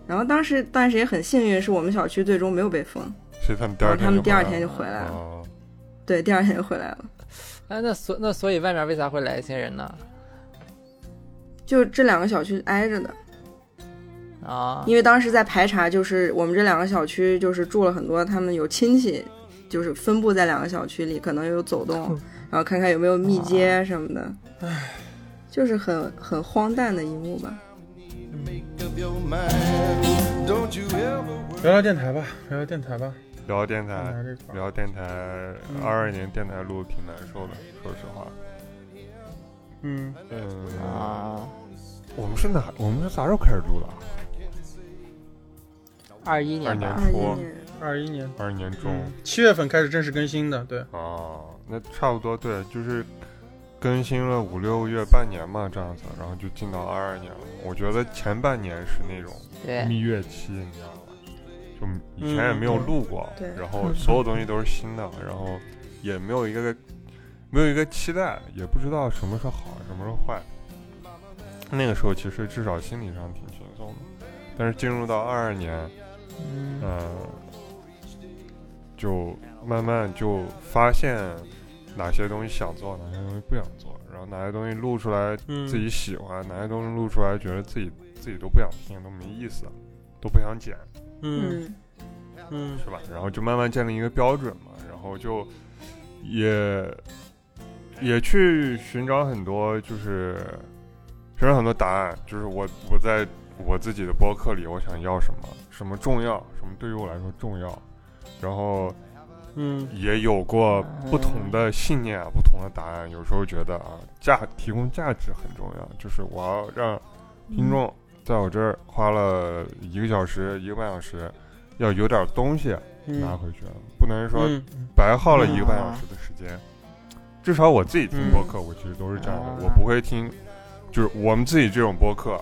然后当时，但是也很幸运，是我们小区最终没有被封。所以他们第二天然后哦他们第回二来天就了回来了哦对，第二天就回来了。哎，那所那所以外面为啥会来一些人呢？就这两个小区挨着的，啊，因为当时在排查，就是我们这两个小区就是住了很多，他们有亲戚，就是分布在两个小区里，可能有走动，然后看看有没有密接什么的。就是很很荒诞的一幕吧。 Make up your mind. Don't you ever worry. 聊聊电台吧，聊聊电台吧，聊聊电台聊，这块儿。聊电台，嗯二二年电台录的挺难受的，说实话。嗯，嗯啊，我们是哪？我们是啥时候开始录的啊？二一年吧二，二一说年，二一年二年中嗯七月份开始正式更新的，对，哦，那差不多对，就是更新了五六个月、半年嘛，这样子，然后就进到二二年了。我觉得前半年是那种对，蜜月期，你知道吗？就以前也没有录过，嗯对然后所有东西都是新的，然后也没有一个没有一个期待，也不知道什么是好，什么是坏。那个时候其实至少心理上挺轻松的，但是进入到二二年，嗯嗯，就慢慢就发现哪些东西想做，哪些东西不想做，然后哪些东西录出来嗯，自己喜欢，哪些东西录出来觉得自己自己都不想听，都没意思，都不想剪，嗯嗯，嗯是吧？然后就慢慢建立一个标准嘛，然后就也也去寻找很多，就是寻找很多答案，就是我我在我自己的播客里，我想要什么，什么重要，什么对于我来说重要，然后嗯也有过不同的信念啊，不同的答案。有时候觉得啊，价提供价值很重要，就是我要让嗯听众在我这儿花了一个小时、一个半小时，要有点东西拿嗯，回去，不能说嗯白耗了一个半小时的时间。至少我自己听嗯播客，我其实都是这样啊的，我不会听，就是我们自己这种播客，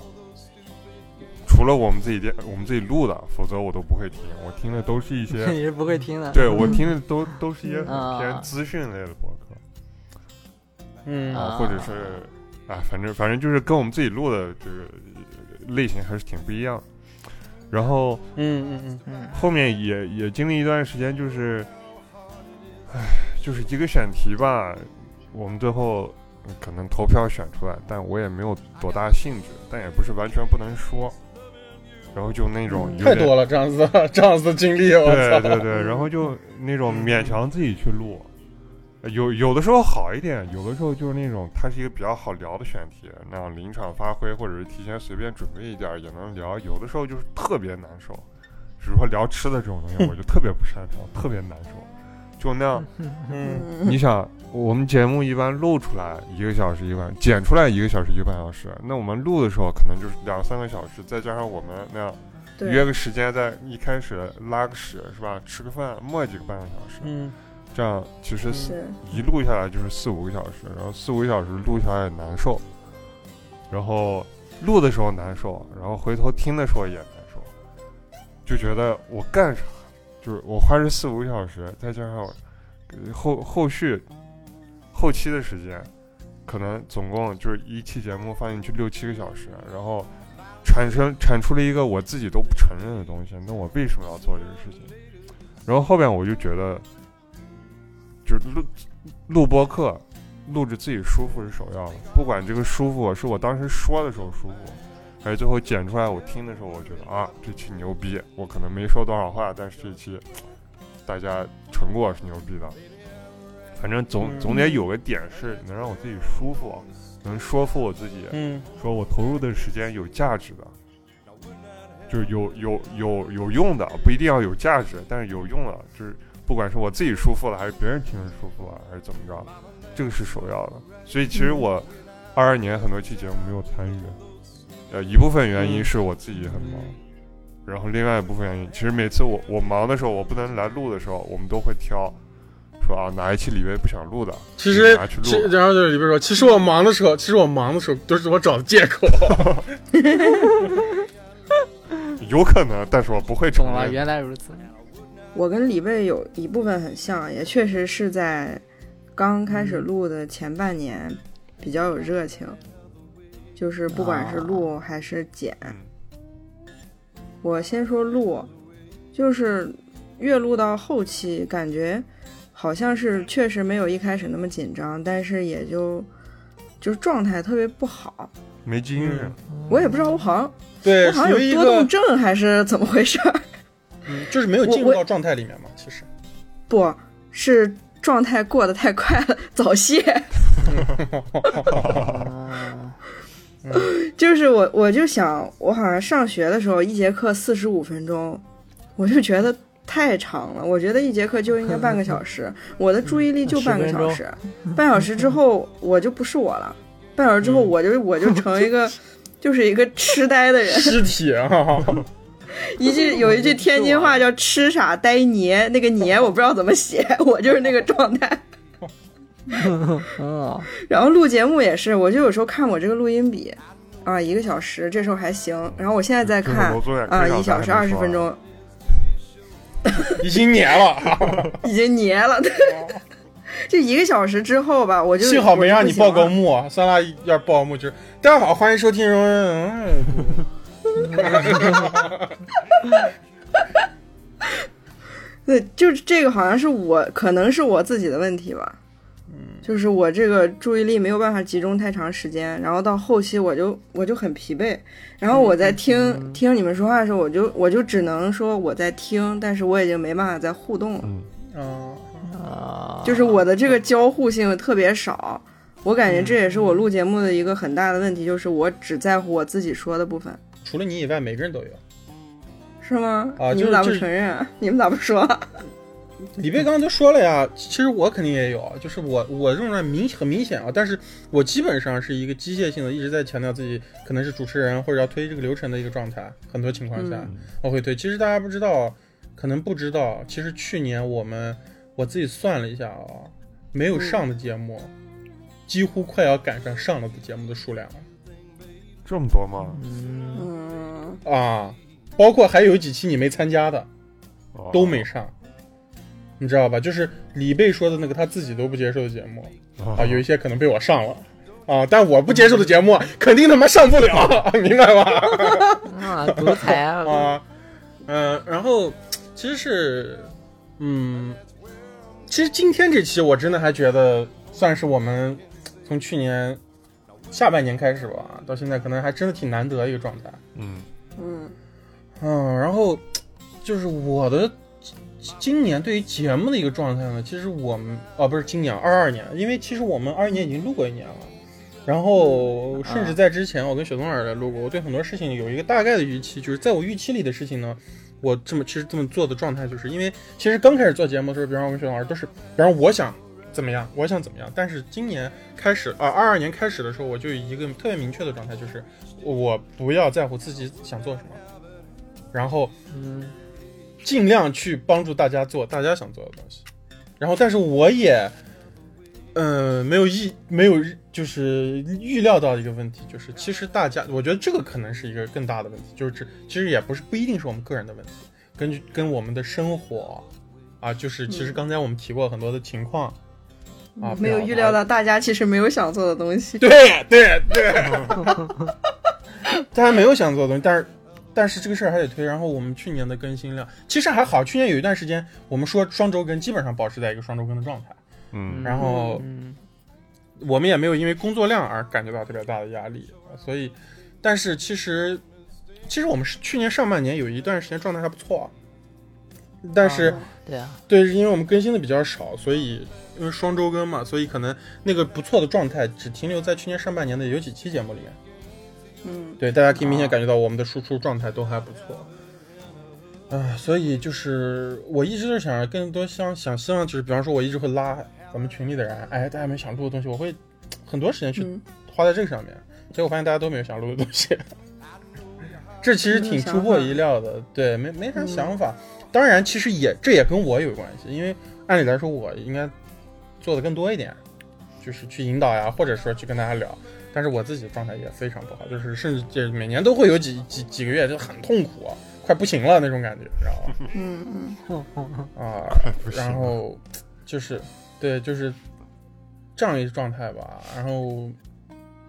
除了我们自己电我们自己录的，否则我都不会听。我听的都是 *laughs* 一些 *laughs* 你是不会听的。对我听的都都是一些嗯很偏啊资讯类的博客嗯啊或者是啊，反正反正就是跟我们自己录的这个类型还是挺不一样的。然后嗯嗯嗯嗯后面也也经历一段时间，就是，唉，就是一个选题吧，我们最后嗯可能投票选出来，但我也没有多大兴致，但也不是完全不能说。然后就那种有太点多了，这样子这样子的经 *laughs* 历，我对操！对对，然后就那种勉强自己去录，呃有有的时候好一点，有的时候就是那种它是一个比较好聊的选题，那样临场发挥或者是提前随便准备一点儿也能聊。有的时候就是特别难受，比如说聊吃的这种东西，我就特别不擅长，特别难受。就那样，嗯，你想，我们节目一般录出来一个小时一半，剪出来一个小时一个半小时，那我们录的时候可能就是两三个小时，再加上我们那样约对，个时间，在一开始拉个屎是吧？吃个饭，磨叽个半个小时，嗯，这样其实四是，一录下来就是四五个小时，然后四五个小时录下来也难受，然后录的时候难受，然后回头听的时候也难受，就觉得我干啥？就是我花这四五个小时，再加上我呃后后续后期的时间，可能总共就是一期节目放进去六七个小时，然后产生产出了一个我自己都不承认的东西，那我为什么要做这个事情？然后后面我就觉得，就是录录播课，录着自己舒服是首要的，不管这个舒服是我当时说的时候舒服。还是最后剪出来，我听的时候，我觉得啊，这期牛逼。我可能没说多少话，但是这期大家成果是牛逼的。反正总嗯总得有个点是能让我自己舒服，能说服我自己，嗯，说我投入的时间有价值的，就是有有有有用的，不一定要有价值，但是有用的，就是不管是我自己舒服了，还是别人听着舒服了，还是怎么着，这个是首要的。所以其实我二二年很多期节目没有参与，呃，一部分原因嗯是我自己很忙，然后另外一部分原因，其实每次我我忙的时候，我不能来录的时候，我们都会挑。说啊，哪一期李威不想录的？其实拿去录其然后就是里边说，其实我忙的时候，其实我忙的时候都是我找的借口。有可能，但是我不会承懂了，认。原来如此。我跟李贝有一部分很像，也确实是在刚开始录的前半年比较有热情，就是不管是录还是剪，嗯我先说录，就是越录到后期，感觉好像是确实没有一开始那么紧张，但是也就就是状态特别不好。没精神。我也不知道，我好像对，我好像属于一有多动个，症还是怎么回事儿？ *laughs* 嗯，就是没有进入我到状态里面嘛。其实，不是状态过得太快了，早泄。啊就是我，我就想，我好像上学的时候一节课四十五分钟，我就觉得太长了。我觉得一节课就应该半个小时，我的注意力就半个小时，半小时之后我就不是我了，半小时之后嗯我就我就成一个。就是一个痴呆 *laughs* 的人，尸体啊，一句有一句天津话叫“吃傻呆捏”，那个“捏”我不知道怎么写，我就是那个状态。嗯，然后录节目也是，我就有时候看我这个录音笔，啊，一个小时，这时候还行。然后我现在在这种看楼，作业啊，课上一小咱时还二没十说分啊，钟，已经黏了。已经黏 *laughs* 了。对， *laughs* 就一个小时之后吧，我就幸好没让你报高我就不行了木，啊，酸辣要是报高木就是大家好，欢迎收听《荣恩》嗯。对，就是这个好像是我，可能是我自己的问题吧。嗯就是我这个注意力没有办法集中太长时间，然后到后期我就我就很疲惫，然后我嗯在听、听你们说话的时候，我就我就只能说我在听，但是我已经没办法再互动了。嗯，嗯， *laughs* 啊就是我的这个交互性特别少。嗯我感觉这也是我录节目的一个很大的问题，就是我只在乎我自己说的部分，除了你以外，每个人都有。是吗？啊你就是们咋不就是承认啊？ *laughs* 你们咋不说？李贝刚刚都说了呀，其实我肯定也有，就是我我仍然明很明显啊，但是我基本上是一个机械性的，一直在强调自己可能是主持人或者要推这个流程的一个状态。很多情况下、嗯我会推。其实大家不知道，可能不知道，其实去年我们我自己算了一下啊、没有上的节目，几乎快要赶上上了的节目的数量了。这么多吗？嗯，啊，包括还有几期你没参加的哦都没上，你知道吧？就是李贝说的那个他自己都不接受的节目哦啊，有一些可能被我上了。啊！但我不接受的节目啊肯定他妈上不了， *laughs* 明白吧？啊，独裁 *laughs* 啊，呃啊，嗯、然后其实是，嗯，其实今天这期我真的还觉得算是我们从去年下半年开始吧，到现在可能还真的挺难得一个状态。嗯，嗯，嗯，然后就是我的今今年对于节目的一个状态呢，其实我们啊不是今年二二年，因为其实我们二一年已经录过一年了，然后甚至在之前我跟雪松老师也录过，我对很多事情有一个大概的预期，就是在我预期里的事情呢。我这么其实这么做的状态，就是因为其实刚开始做节目的时候，比方说我跟雪松老师都是，比方说我想怎么样，我想怎么样。但是今年开始啊，二二年开始的时候，我就有一个特别明确的状态，就是我不要在乎自己想做什么，然后嗯，尽量去帮助大家做大家想做的东西。然后，但是我也，嗯、没有意没有就是预料到一个问题，就是其实大家，我觉得这个可能是一个更大的问题，就是这其实也不是不一定是我们个人的问题，根据跟我们的生活啊，就是其实嗯刚才我们提过很多的情况。啊，没有表达预料到大家其实没有想做的东西。对对 *laughs* 对，大家没有想做的东西，但是但是这个事儿还得推。然后我们去年的更新量其实还好，去年有一段时间我们说双周更，基本上保持在一个双周更的状态。嗯，然后嗯我们也没有因为工作量而感觉到特别大的压力，所以，但是其实其实我们是去年上半年有一段时间状态还不错，啊但是。啊对啊，对，是因为我们更新的比较少，所以因为双周更嘛，所以可能那个不错的状态只停留在去年上半年的有几期节目里面。嗯，对，大家可以明显啊感觉到我们的输出状态都还不错。啊，所以就是我一直都想更多想想希望就是，比方说我一直会拉咱们群里的人，哎，大家有没有想录的东西，我会很多时间去嗯花在这个上面，结果发现大家都没有想录的东西，这其实没有挺想出乎我法意料的。对，没没啥想法。当然，其实也这也跟我有关系，因为按理来说我应该做的更多一点，就是去引导呀，或者说去跟大家聊。但是我自己状态也非常不好，就是甚至这每年都会有几几几个月就很痛苦、啊，快不行了那种感觉，你知道吗？ *laughs* 嗯嗯，啊，不行然后就是对，就是这样一个状态吧。然后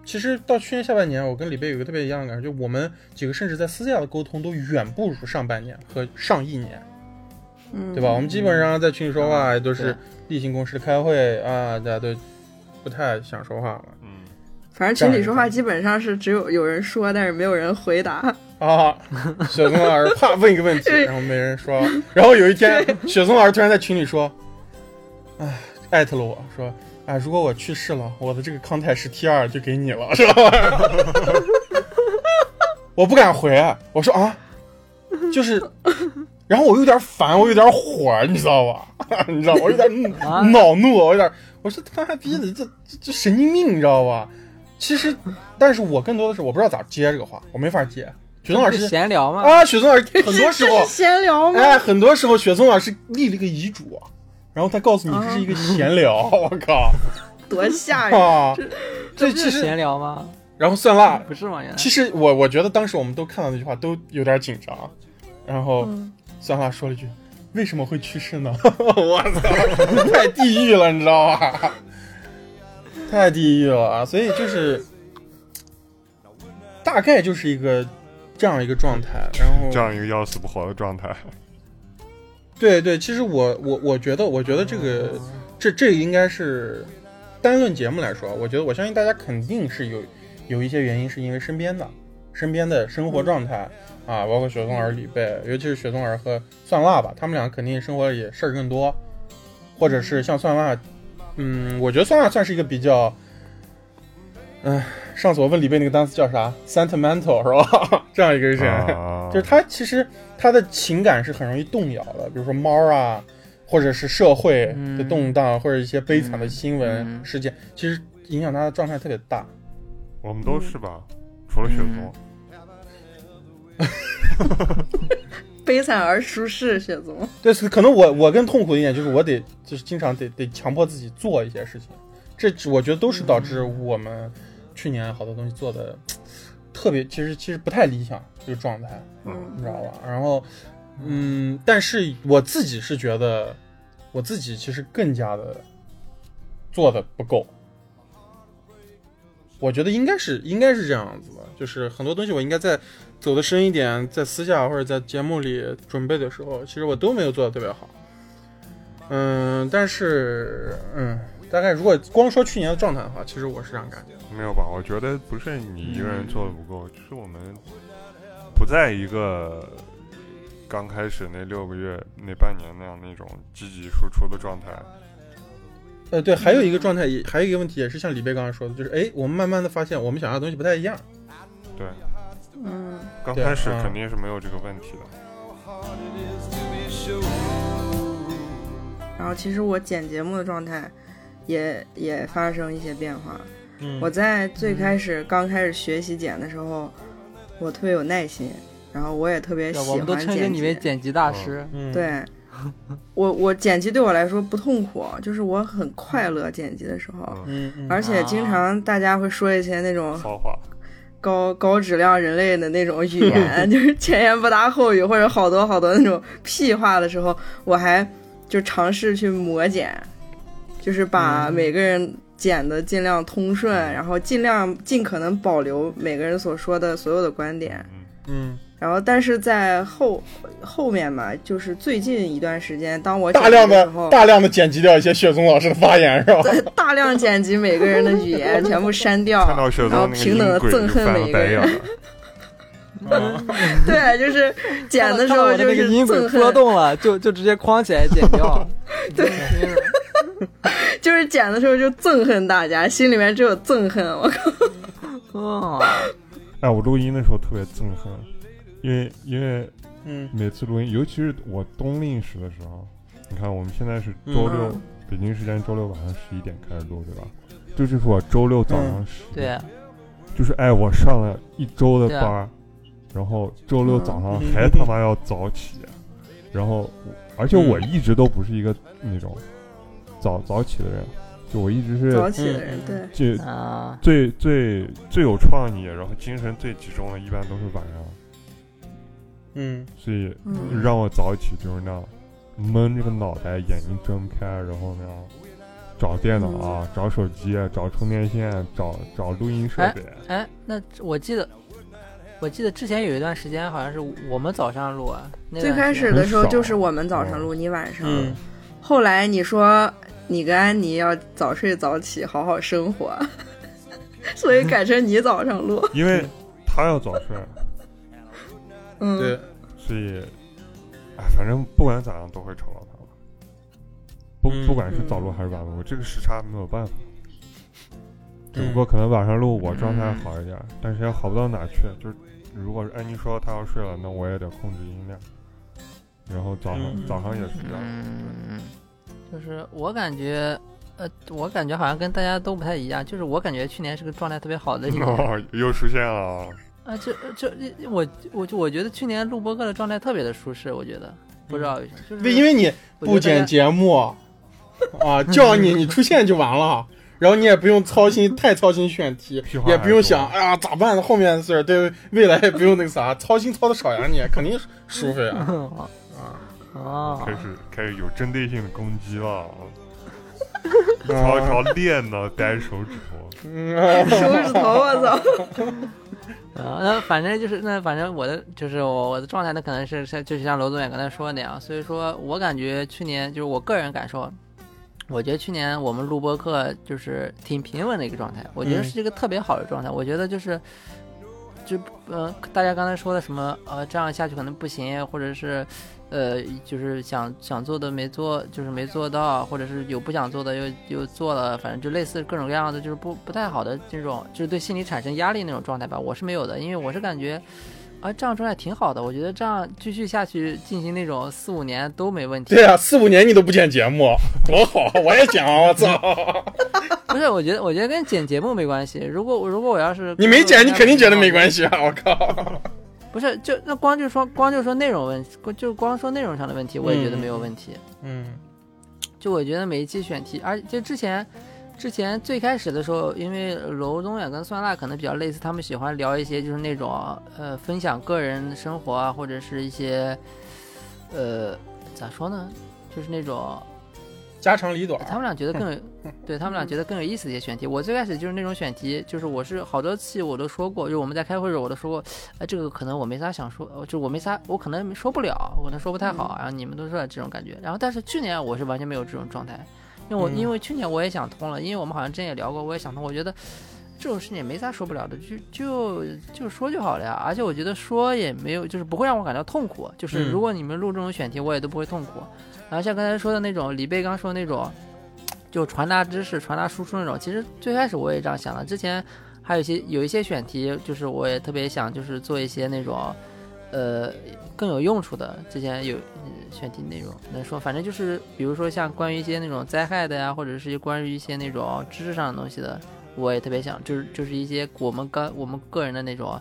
其实到去年下半年，我跟李贝有一个特别一样的感觉，就我们几个甚至在私下的沟通都远不如上半年和上一年，嗯对吧？我们基本上在群里说话都是对例行公事的开会啊，大家都不太想说话了嗯，反正群里说话基本上是只有有人说，但是没有人回答。啊。雪松老师啪问一个问题，对然后没人说。然后有一天，雪松老师突然在群里说：“哎，艾特了我说，啊，如果我去世了，我的这个康泰是 T 二就给你了，是吧？” *laughs* 我不敢回，我说啊，就是，然后我有点烦，我有点火，你知道吧？ *laughs* 你知道，我有点啊恼怒，我有点，我说他妈逼的，这这这神经病，你知道吧？其实，但是我更多的是我不知道咋接这个话，我没法接。雪松老这不师是闲聊嘛，啊，雪松老师很 *laughs* 多时 *laughs* 候这是闲聊吗？哎，很多时候雪松老师立了一个遗嘱，然后他告诉你啊哎这是一个闲聊，我靠多吓人！啊！这不其是实，闲聊吗？然后算辣。不是吗？原来其实我我觉得当时我们都看到那句话都有点紧张，然后嗯算辣说了一句：“为什么会去世呢？” *laughs* 我操，太地狱了，你知道吧？太地狱了，啊所以就是大概就是一个这样一个状态，然后这样一个要死不活的状态，对对，其实我我我觉得，我觉得这个这这应该是单论节目来说，啊我觉得我相信大家肯定是有有一些原因是因为身边的身边的生活状态、啊，包括雪松儿、李贝，尤其是雪松儿和蒜辣吧，他们俩肯定生活也事儿更多，或者是像蒜辣，嗯，我觉得蒜辣算是一个比较，嗯、上次我问李贝那个单词叫啥，sentimental 是吧？ *laughs* 这样一个人。啊就是他其实他的情感是很容易动摇的，比如说猫啊，或者是社会的动荡，或者一些悲惨的新闻、嗯嗯嗯事件，其实影响他的状态特别大。我们都是吧，除了雪松，悲惨而舒适，雪总。对，是可能我我更痛苦的一点就是我得就是经常得得强迫自己做一些事情，这我觉得都是导致嗯我们去年好多东西做的特别，其实其实不太理想这个状态。嗯你哦知道吧？然后，嗯，但是我自己是觉得，我自己其实更加的做的不够。我觉得应该是应该是这样子的，就是很多东西我应该在走的深一点，在私下或者在节目里准备的时候，其实我都没有做的特别好。嗯，但是嗯，大概如果光说去年的状态的话，其实我是这样感嗯觉的。没有吧？我觉得不是你一个人做的不够，就是我们不在一个刚开始那六个月、那半年那样那种积极输出的状态。呃，对，还有一个状态也，还有一个问题也是像李贝刚才说的，就是哎，我们慢慢的发现我们想要的东西不太一样。对，嗯，刚对开始嗯肯定是没有这个问题的。 hard it is to be sure. 然后其实我剪节目的状态也也发生一些变化。嗯我在最开始刚开始学习剪的时候，我特别有耐心，然后我也特别喜对欢我们都称剪你为辑剪辑大师，嗯，对，我我剪辑对我来说不痛苦，就是我很快乐剪辑的时候，嗯，嗯，嗯而且经常大家会说一些那种骚话，高高质量人类的那种语言， *laughs* 就是前言不搭后语或者好多好多那种屁话的时候，我还就尝试去磨剪，就是把嗯每个人剪的尽量通顺，然后尽量尽可能保留每个人所说的所有的观点。嗯，嗯，然后，但是在后后面吧，就是最近一段时间，当我大剪辑量时的候大量的剪辑掉一些雪松老师的发言，是吧？大量剪辑每个人的语言，全部删掉， *laughs* 看到雪然后松那个音平等的轨憎就恨翻每了一个白眼人。儿。啊 *laughs* 对，就是剪的时候就看到我的那个是音轨憎波恨，动了，就就直接框起来剪掉。 *laughs* 对，就是剪的时候就憎恨大家，心里面只有憎恨。我靠，嗯，哎，我录音的时候特别憎恨，因为因为嗯每次录音，尤其是我冬令时的时候，你看我们现在是周六，嗯北京时间周六晚上十一点开始录，对吧？这就是我周六早上十、对，啊就是哎，我上了一周的对啊班儿，然后周六早上嗯还他妈要早起，然后我而且我嗯一直都不是一个那种早早起的人，就我一直 *laughs* 早是起的人嗯，对，最啊，最最最有创意，然后精神最集中的，一般都是晚上，嗯所以嗯让我早起就是那样闷着个脑袋，眼睛睁不开，然后那样找电脑啊，找手机啊，找充电线，找找录音设备，哎，那我记得。我记得之前有一段时间，好像是我们早上录啊。那最段开时始间的时候就是我们早上录，你晚上。嗯，后来你说你跟安妮要早睡早起，好好生活， *laughs* 所以改成你早 *laughs* 上录。因为他要早睡，嗯，对，所以，哎，反正不管咋样都会吵到他吧。不嗯不管是早录嗯还是晚录，这个时差没有办法。只不嗯过可能晚上录我状态好一点，但是也好不到哪去。就是如果是安妮说她要睡了，那我也得控制音量。然后早上、嗯早上也睡觉，嗯，就是我感觉，呃，我感觉好像跟大家都不太一样。就是我感觉去年是个状态特别好的 *laughs* 一年哦，又出现了啊。啊，就就我我就我觉得去年录播课的状态特别的舒适，我觉得不知道为啥，就是嗯因为你我觉得不剪节目啊，叫 *laughs* 你你出现就完了，然后你也不用操心太操心选题屁，话也不用想还哎呀咋办后面的事儿，对未来也不用那个 *laughs* 啥，操心操的少呀，你肯定舒服 *laughs* 呀。啊啊开，始开始有针对性的攻击了啊，啊朝朝练呢，掰手指头。嗯手指头，我操！ *laughs* 啊，那反正就是那反正我的就是我我的状态呢，可能是像就是像罗总也刚才说的那样，所以说我感觉去年就是我个人感受，我觉得去年我们录播课就是挺平稳的一个状态，我觉得嗯是一个特别好的状态，我觉得就是。就呃，大家刚才说的什么呃，这样下去可能不行，或者是，呃，就是想想做的没做，就是没做到，或者是有不想做的又又做了，反正就类似各种各样的，就是不不太好的这种，就是对心理产生压力那种状态吧。我是没有的，因为我是感觉，啊，这样状态挺好的，我觉得这样继续下去进行那种四五年都没问题。对啊呀、四五年你都不剪节目，多好！我也想，我 *laughs* 操！不是，我觉得我觉得跟剪节目没关系。如果如果我要是你没剪，你肯定觉得没系。关系啊！我靠，不是，就那光就说光就说内容问题，光就光说内容上的问题，我也觉得没有问题。嗯就我觉得每一期选题，而就之前之前最开始的时候，因为娄宗远跟酸辣可能比较类似，他们喜欢聊一些就是那种呃分享个人生活啊，或者是一些呃咋说呢，就是那种家长里短他们儿。俩觉得更有，对他们俩觉得更有意思的一些选题。我最开始就是那种选题，就是我是好多期我都说过，就我们在开会的时候我都说过，哎，这个可能我没啥想说，呃就我没啥，我可能说不了，我可能说不太好，然后你们都说了这种感觉。然后但是去年我是完全没有这种状态，因为我、嗯因为去年我也想通了，因为我们好像之前也聊过，我也想通，我觉得。这种事情也没啥说不了的，就就就说就好了呀。而且我觉得说也没有，就是不会让我感到痛苦。就是嗯如果你们录这种选题，我也都不会痛苦。然后像刚才说的那种，李贝刚说的那种，就传达知识、传达输出那种。其实最开始我也这样想的，之前还有一些有一些选题，就是我也特别想就是做一些那种，呃，更有用处的。之前有、呃选题内容能说，反正就是比如说像关于一些那种灾害的呀，或者是关于一些那种知识上的东西的，我也特别想，就是就是一些我们刚我们个人的那种。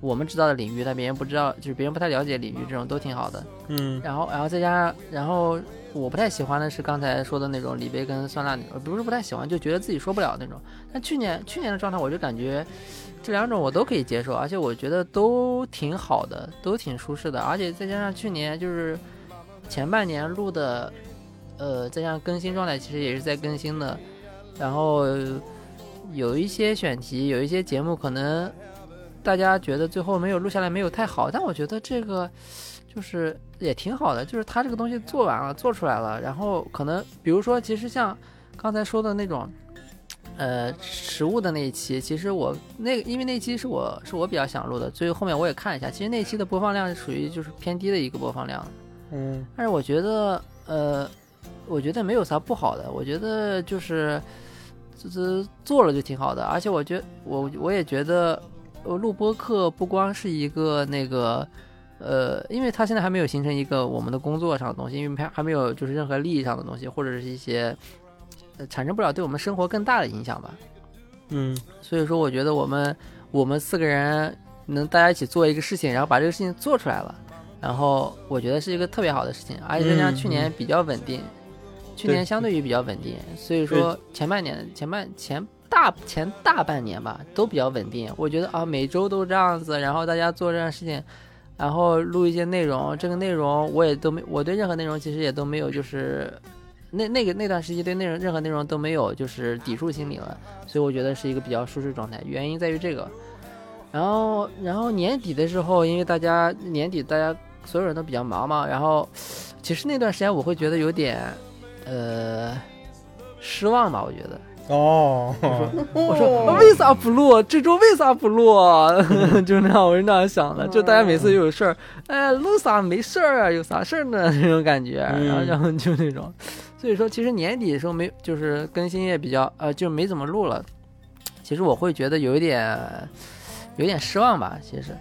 我们知道的领域，但别人不知道，就是别人不太了解领域，这种都挺好的。嗯然后，然后再加上，然后我不太喜欢的是刚才说的那种李贝跟酸辣那种，不是不太喜欢，就觉得自己说不了那种。但去年去年的状态，我就感觉这两种我都可以接受，而且我觉得都挺好的，都挺舒适的。而且再加上去年就是前半年录的，呃，再加上更新状态，其实也是在更新的。然后有一些选题，有一些节目可能大家觉得最后没有录下来没有太好，但我觉得这个就是也挺好的，就是他这个东西做完了，做出来了，然后可能比如说，其实像刚才说的那种，呃，食物的那一期，其实我那因为那期是我是我比较想录的，所以后面我也看了一下，其实那期的播放量是属于就是偏低的一个播放量，嗯但是我觉得，呃，我觉得没有啥不好的，我觉得就是，就是做了就挺好的。而且我觉我我也觉得，呃，录播课不光是一个那个，呃，因为它现在还没有形成一个我们的工作上的东西，因为它还没有就是任何利益上的东西，或者是一些、呃、产生不了对我们生活更大的影响吧。嗯所以说，我觉得我们我们四个人能大家一起做一个事情，然后把这个事情做出来了，然后我觉得是一个特别好的事情，而且再加上去年比较稳定，去年相对于比较稳定，所以说前半年前半前大前大半年吧都比较稳定，我觉得啊每周都这样子，然后大家做这样的事情。然后录一些内容，这个内容我也都没，我对任何内容其实也都没有，就是那那个那段时期对内容任何内容都没有就是抵触心理了，所以我觉得是一个比较舒适状态，原因在于这个。然后，然后年底的时候，因为大家年底大家所有人都比较忙嘛，然后其实那段时间我会觉得有点呃失望吧，我觉得。哦，我说哦为啥不录？这周为啥 *laughs* 不录？ *laughs* 就那样，我是那样想的。就大家每哦次有事儿，哎，录啥没事儿啊？有啥事儿呢？ *laughs* 那种感觉，嗯然后然后就那种。所以说，其实年底的时候没，就是更新也比较呃，就没怎么录了。其实我会觉得有一点，有点失望吧。其实，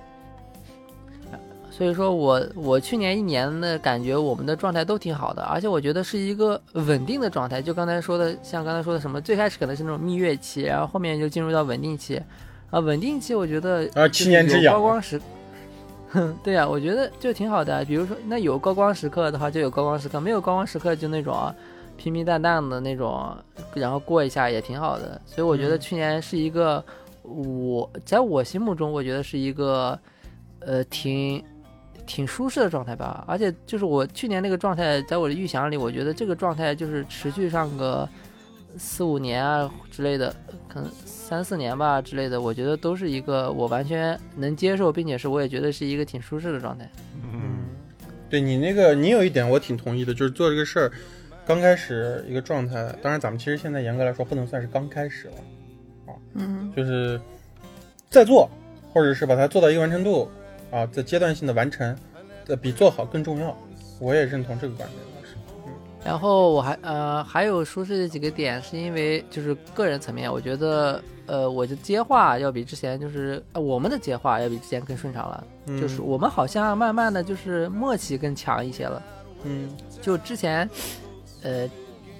所以说我我去年一年的感觉，我们的状态都挺好的，而且我觉得是一个稳定的状态。就刚才说的，像刚才说的什么，最开始可能是那种蜜月期，然后后面就进入到稳定期，啊，稳定期我觉得啊就是七年之有痒高光时， *laughs* 哼，对呀、我觉得就挺好的啊。比如说，那有高光时刻的话，就有高光时刻；没有高光时刻，就那种啊平平淡淡的那种，然后过一下也挺好的。所以我觉得嗯去年是一个，我在我心目中，我觉得是一个，呃，挺挺舒适的状态吧。而且就是我去年那个状态，在我的预想里，我觉得这个状态就是持续上个四五年啊之类的，可能三四年吧之类的，我觉得都是一个我完全能接受，并且是我也觉得是一个挺舒适的状态。嗯，对你那个，你有一点我挺同意的，就是做这个事儿，刚开始一个状态，当然咱们其实现在严格来说不能算是刚开始了，嗯就是在做，或者是把它做到一个完成度啊，在阶段性的完成，呃，比做好更重要。我也认同这个观点，当时然后我还呃还有舒适的几个点，是因为就是个人层面，我觉得呃我的接话要比之前就是、呃我们的接话要比之前更顺畅了，嗯就是我们好像慢慢的就是默契更强一些了。嗯就之前，呃，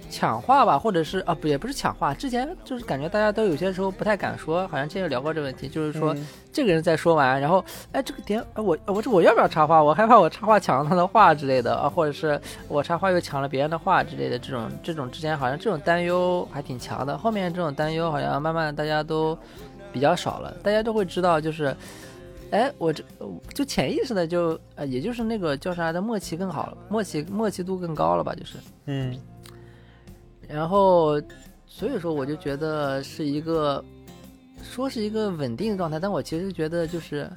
抢话吧，或者是啊，不也不是抢话，之前就是感觉大家都有些时候不太敢说，好像之前有聊过这个问题，就是说、嗯这个人在说完，然后哎这个点，哎我我这我要不要插话？我害怕我插话抢了他的话之类的啊，或者是我插话又抢了别人的话之类的，这种这种之前好像这种担忧还挺强的，后面这种担忧好像慢慢大家都比较少了，大家都会知道就是。哎，我这就潜意识的就呃，也就是那个叫啥的默契更好了，默契默契度更高了吧，就是。嗯然后所以说我就觉得是一个说是一个稳定的状态，但我其实觉得就是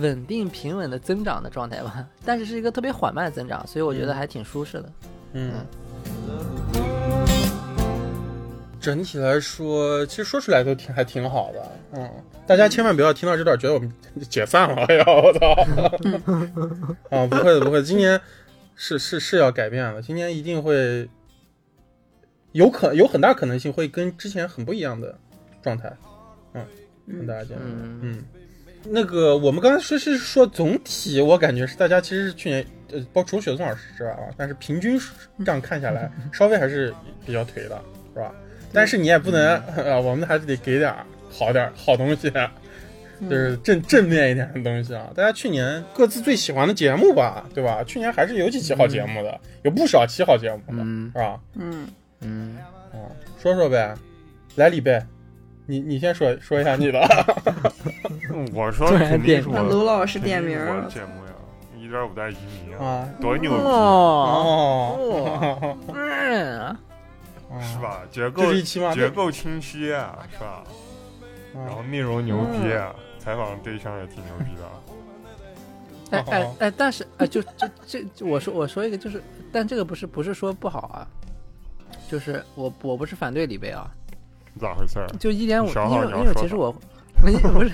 稳定平稳的增长的状态吧，但是是一个特别缓慢的增长，所以我觉得还挺舒适的。嗯，整体来说，其实说出来都挺还挺好的。嗯，大家千万不要听到这段觉得我们 *laughs* 解散了，哎呀，我操！ *laughs* 啊，不会的，不会的，今年是是是要改变了，今年一定会有可有很大可能性会跟之前很不一样的状态。嗯，跟大家见面。嗯嗯，那个我们刚才说是说总体，我感觉是大家其实是去年呃，包除雪松老师之外啊，但是平均这样看下来，稍微还是比较颓的，是吧？但是你也不能， *laughs* 呃，我们还是得给点儿好点儿好东西，啊就是正正面一点的东西啊。大家去年各自最喜欢的节目吧，对吧？去年还是有几期好节目的，有不少期好节目的，嗯是吧？嗯，嗯，嗯，说说呗，来李贝，你你先说说一下你的。啊嗯我说突然肯定变是那我卢老师肯定点是名我的啊了，节目呀，一点五代移民啊，啊多牛逼，哦，哦， *laughs* 嗯，是？吧？结构这是一期吗？结构清晰啊，是吧？然后内容牛逼啊，嗯采访对象也挺牛逼的，哎哎哦哎，但是哎，就就这，就我说我说一个，就是，但这个不是不是说不好啊，就是我我不是反对李贝啊，咋回事儿？就一点五，你因想好为你要因为说其实啥我 *laughs* 不是不是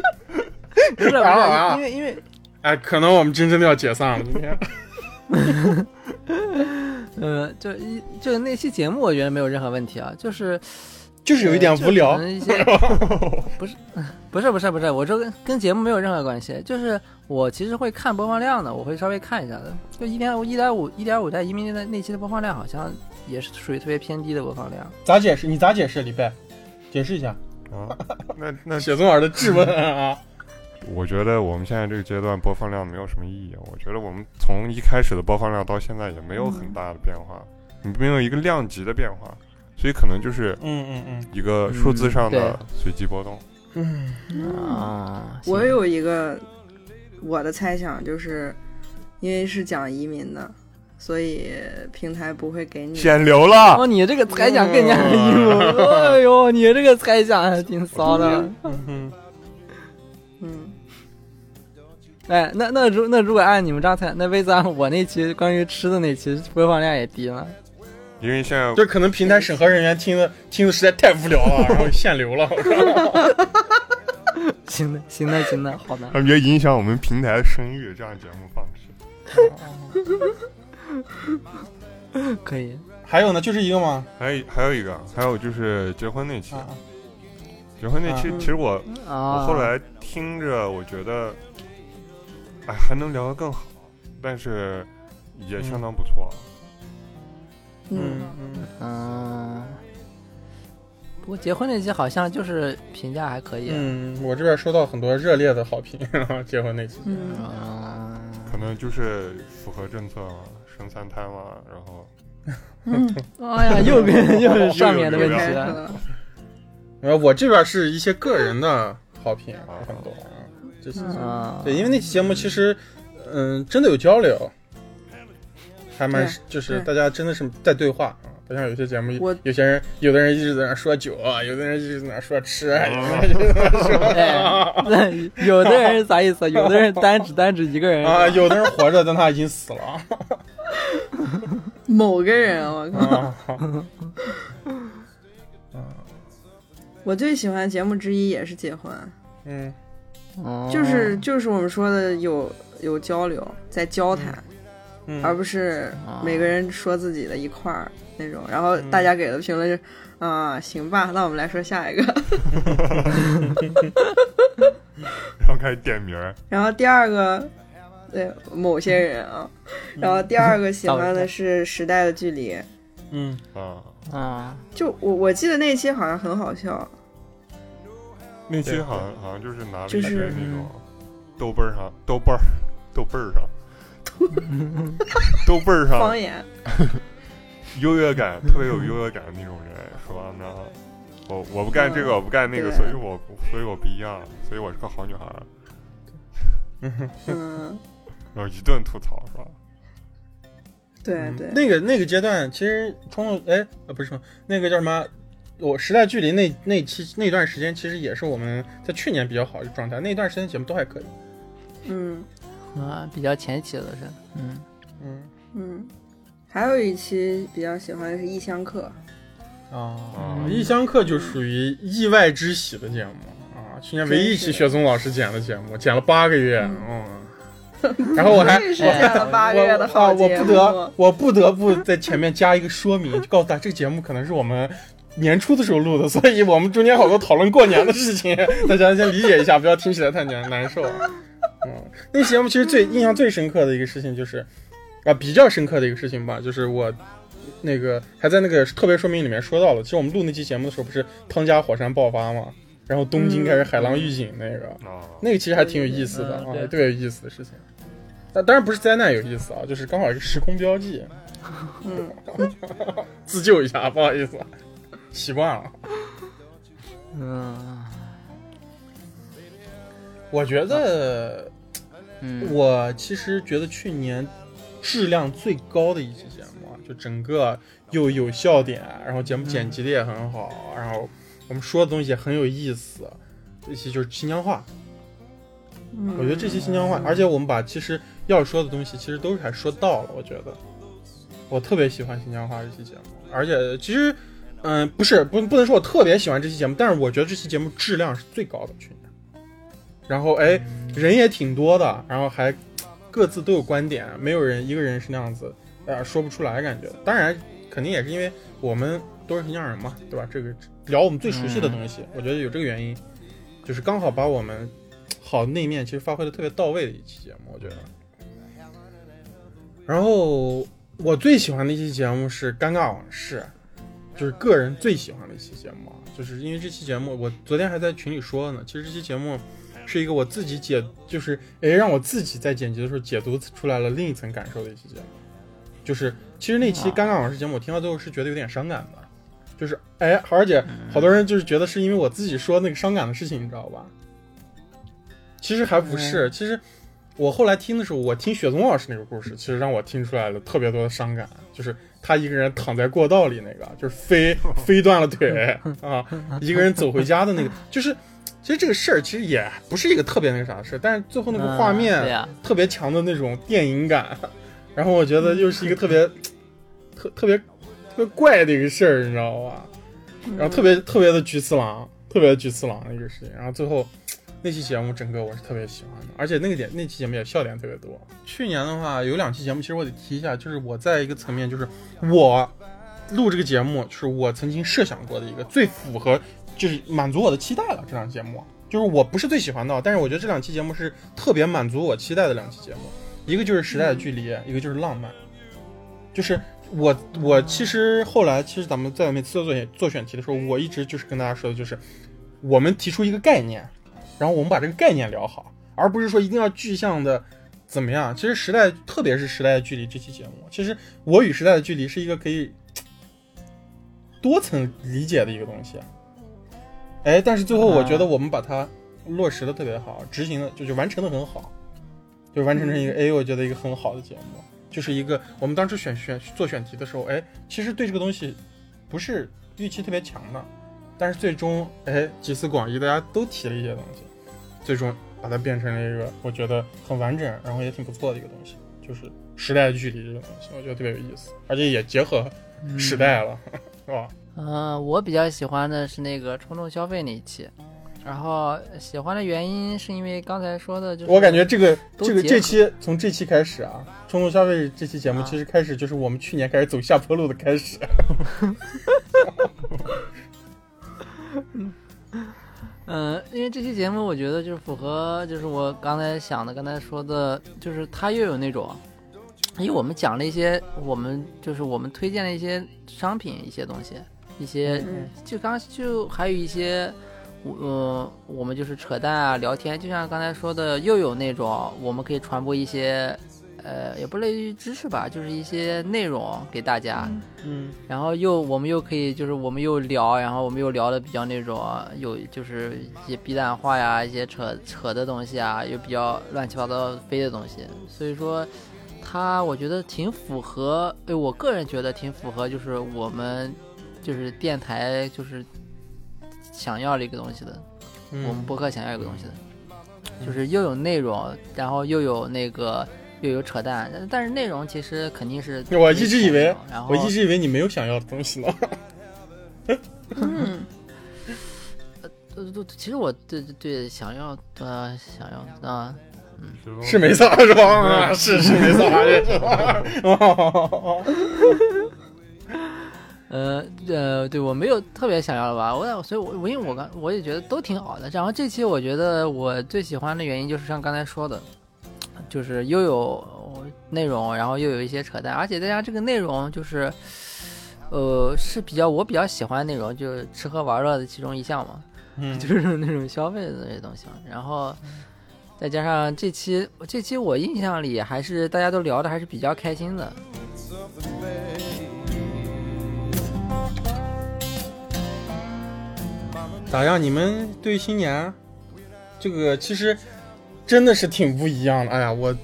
*laughs* 不 *laughs* 是啊因为因为哎，可能我们真正的要解散了，今天。呃，就一就那期节目我觉得没有任何问题啊，就是就是有一点呃无就聊可。能一些 *laughs* 不是， *laughs* 不是，不是，不是，我这跟跟节目没有任何关系。就是我其实会看播放量的，我会稍微看一下的。就一点五、一点五、一点五代移民的那期的播放量，好像也是属于特别偏低的播放量。咋解释？你咋解释？李贝，解释一下。啊，那那雪松老师的质问啊，我觉得我们现在这个阶段播放量没有什么意义。啊我觉得我们从一开始的播放量到现在也没有嗯很大的变化，没有一个量级的变化，所以可能就是嗯嗯一个数字上的嗯随机波动。嗯嗯，啊，我有一个我的猜想，就是因为是讲移民的，所以平台不会给你。显流了，哦，你这个猜想更嗯加离谱！哎呦，你这个猜想还挺骚的。嗯嗯，哎，那那如那如果按你们这样猜，那为啥我那期关于吃的那期播放量也低呢？因为现在就可能平台审核人员听的听的实在太无聊了，然后限流了。行的，行的，行的， *laughs* 好的。他们觉得影响我们平台的声誉，这样节目放置。可以，还有呢，就是一个吗？还有还有一个，还有就是结婚那期，啊，结婚那期嗯其实我啊，我后来听着，我觉得，哎，还能聊得更好，但是也相当不错。嗯嗯，嗯，嗯，不过结婚那期好像就是评价还可以，嗯，我这边收到很多热烈的好评， *laughs* 结婚那期。嗯，嗯，可能就是符合政策嘛，生三胎嘛，然后嗯，哎呀，又跟又是上面的问又开题始了，了，呃，我这边是一些个人的好评，很多。嗯这是 *laughs* 嗯，对，因为那期节目其实，嗯，真的有交流，还蛮对就是大对家真的是在对话啊，不像有些节目我，有些人有的人一直在那说酒，啊，有的人一直在那说吃，有的人一直在那说哎，有的人是啥意思？有的人单指单指一个 *laughs* 人啊，有的人活着，但他已经死了某个人，我靠，啊。我最喜欢的节目之一也是结婚，嗯哦就是就是我们说的有有交流，在交谈，而嗯，不是每个人说自己的一块儿那种。然嗯后大家给的评论就是啊，行吧，那我们来说下一个。 *laughs* 然后开始点名儿，然后第二个，对某些人啊，然后第二个喜欢的是《时代的距离》，嗯啊，啊，就我我记得那期好像很好笑，那期对好像好像就是拿了就一是个那种豆瓣儿上豆瓣儿豆瓣儿上豆瓣儿方 *laughs* 上言，优越感特别有优越感的那种人说，那我我不干这个，嗯我不干那个，对所以我所以我不一样，所以我是个好女孩儿，嗯，然后一顿吐槽是吧？对嗯对，那个那个阶段，其实冲动哎，呃不是冲动那个叫什么？我时代距离那那期那段时间，其实也是我们在去年比较好的状态。那段时间节目都还可以，嗯啊，比较前期了都是，嗯，嗯嗯。还有一期比较喜欢的是《异乡客啊嗯异乡客就属于意外之喜的节目啊，去年唯一一期真是雪松老师剪的节目，剪了八个月，嗯嗯，然后》，我还这是见了八个月我的啊，好我节不目。得，我不得不在前面加一个说明，就告诉他这个节目可能是我们年初的时候录的，所以我们中间好多讨论过年的事情， *laughs* 大家先理解一下，不要听起来太难难受啊。嗯，那节目其实最印象最深刻的一个事情就是，啊，比较深刻的一个事情吧，就是我。那个还在那个特别说明里面说到了，其实我们录那期节目的时候，不是汤加火山爆发嘛，然后东嗯京开始海浪预警那个，啊，那个其实还挺有意思的啊嗯，对特别有意思的事情。但当然不是灾难有意思啊，就是刚好是时空标记，嗯，自救一下，不好意思，习惯了。嗯我觉得，嗯，我其实觉得去年质量最高的一期节目啊，就整个又有笑点，然后节目嗯剪辑的也很好，然后我们说的东西也很有意思。这期就是新疆话，嗯我觉得这期新疆话，而且我们把其实要说的东西，其实都还说到了。我觉得，我特别喜欢新疆话这期节目，而且其实，嗯、不是不不能说我特别喜欢这期节目，但是我觉得这期节目质量是最高的去年。然后哎，人也挺多的，然后还各自都有观点，啊没有人一个人是那样子，呃，说不出来感觉。当然，肯定也是因为我们都是新疆人嘛，对吧？这个聊我们最熟悉的东西，我觉得有这个原因，就是刚好把我们好那面其实发挥的特别到位的一期节目，我觉得。然后我最喜欢的一期节目是《尴尬往事》，就是个人最喜欢的一期节目啊，就是因为这期节目，我昨天还在群里说呢，其实这期节目是一个我自己解，就是诶让我自己在剪辑的时候解读出来了另一层感受的一期节目，就是其实那期《尴尬往事》节目，我听到最后是觉得有点伤感的。就是，哎，而且好多人就是觉得是因为我自己说那个伤感的事情，你知道吧？其实还不嗯是，其实我后来听的时候，我听雪松老师那个故事，其实让我听出来了特别多的伤感，就是他一个人躺在过道里那个，就是 *laughs* 飞飞断了腿啊，一个人走回家的那个，就是其实这个事儿其实也不是一个特别那个啥的事儿，但是最后那个画面、嗯对呀，特别强的那种电影感，然后我觉得又是一个特嗯别特特别特别怪的一个事儿，你知道吧？嗯然后特别特别的菊次郎，特别的菊次郎的一个事情。然后最后那期节目整个我是特别喜欢的，而且那个点那期节目也笑点特别多。去年的话有两期节目，其实我得提一下，就是我在一个层面，就是我录这个节目，就是我曾经设想过的一个最符合，就是满足我的期待了。这档节目就是我不是最喜欢的，但是我觉得这两期节目是特别满足我期待的两期节目，一个就是时代的距离，一个就是浪漫，就是。我我其实后来，其实咱们在每次做选做选题的时候，我一直就是跟大家说的，就是我们提出一个概念，然后我们把这个概念聊好，而不是说一定要具象的怎么样。其实时代，特别是《时代的距离》这期节目，其实我与时代的距离是一个可以多层理解的一个东西。啊哎，但是最后我觉得我们把它落实的特别好，执行的就是完成的很好，就完成成一个 A，我觉得一个很好的节目，就是一个我们当时选选做选题的时候，哎，其实对这个东西不是预期特别强的，但是最终哎集思广益，大家都提了一些东西，最终把它变成了一个我觉得很完整，然后也挺不错的一个东西，就是时代的距离这个东西，我觉得特别有意思，而且也结合时代了， *laughs* 是吧？嗯，我比较喜欢的是那个冲动消费那一期，然后喜欢的原因是因为刚才说的，就是我感觉这个都这个结这合期从这期开始啊，冲动消费这期节目啊其实开始就是我们去年开始走下坡路的开始。嗯，因为这期节目我觉得就是符合，就是我刚才想的，刚才说的，就是它又有那种，因为我们讲了一些，我们就是我们推荐了一些商品、一些东西，一些嗯就刚就还有一些，我呃，我们就是扯淡啊，聊天，就像刚才说的，又有那种我们可以传播一些，呃，也不类于知识吧，就是一些内容给大家，嗯，然后又我们又可以就是我们又聊，然后我们又聊的比较那种有就是一些逼淡话呀，一些扯扯的东西啊，又比较乱七八糟飞的东西，所以说它我觉得挺符合，哎，我个人觉得挺符合，就是我们就是电台就是想要的一个东西的， *laughs* 我们嗯，博客想要一个东西的，就是又有内容，然后又有那个又有扯淡，但但是内容其实肯定是我一直以为，然后我一直以为你没有想要的东西呢。嗯，呃对其实我对对对想要呃想要啊、是没错是吧？啊嗯是是没 *laughs* 错，这是吧。 *laughs* *laughs* 呃呃，对我没有特别想要的吧，我所以我，我因为我刚我也觉得都挺好的。然后这期我觉得我最喜欢的原因就是像刚才说的，就是又有内容，然后又有一些扯淡，而且再加上这个内容就是，呃，是比较我比较喜欢的内容，就是吃喝玩乐的其中一项嘛，嗯 *laughs* 就是那种消费的那些东西嘛。然后再加上这期这期我印象里还是大家都聊的还是比较开心的， something bad. 咋样？你们对新年这个其实真的是挺不一样的。哎呀，我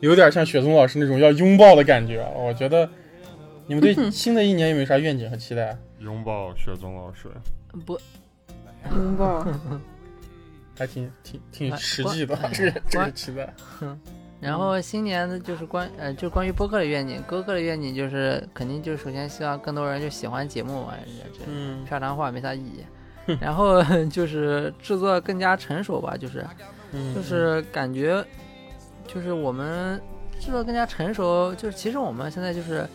有点像雪松老师那种要拥抱的感觉。我觉得你们对新的一年有没有啥愿景和期待？拥抱雪宗老师，不拥抱。还挺挺挺哎实关际的哎，这个这个关期待。然后新年的就是关呃，就关于播客的愿景，播客的愿景就是肯定就是首先希望更多人就喜欢节目嘛，这这嗯漂亮话没啥意义。然后就是制作更加成熟吧，就是嗯，就是感觉就是我们制作更加成熟，就是其实我们现在就是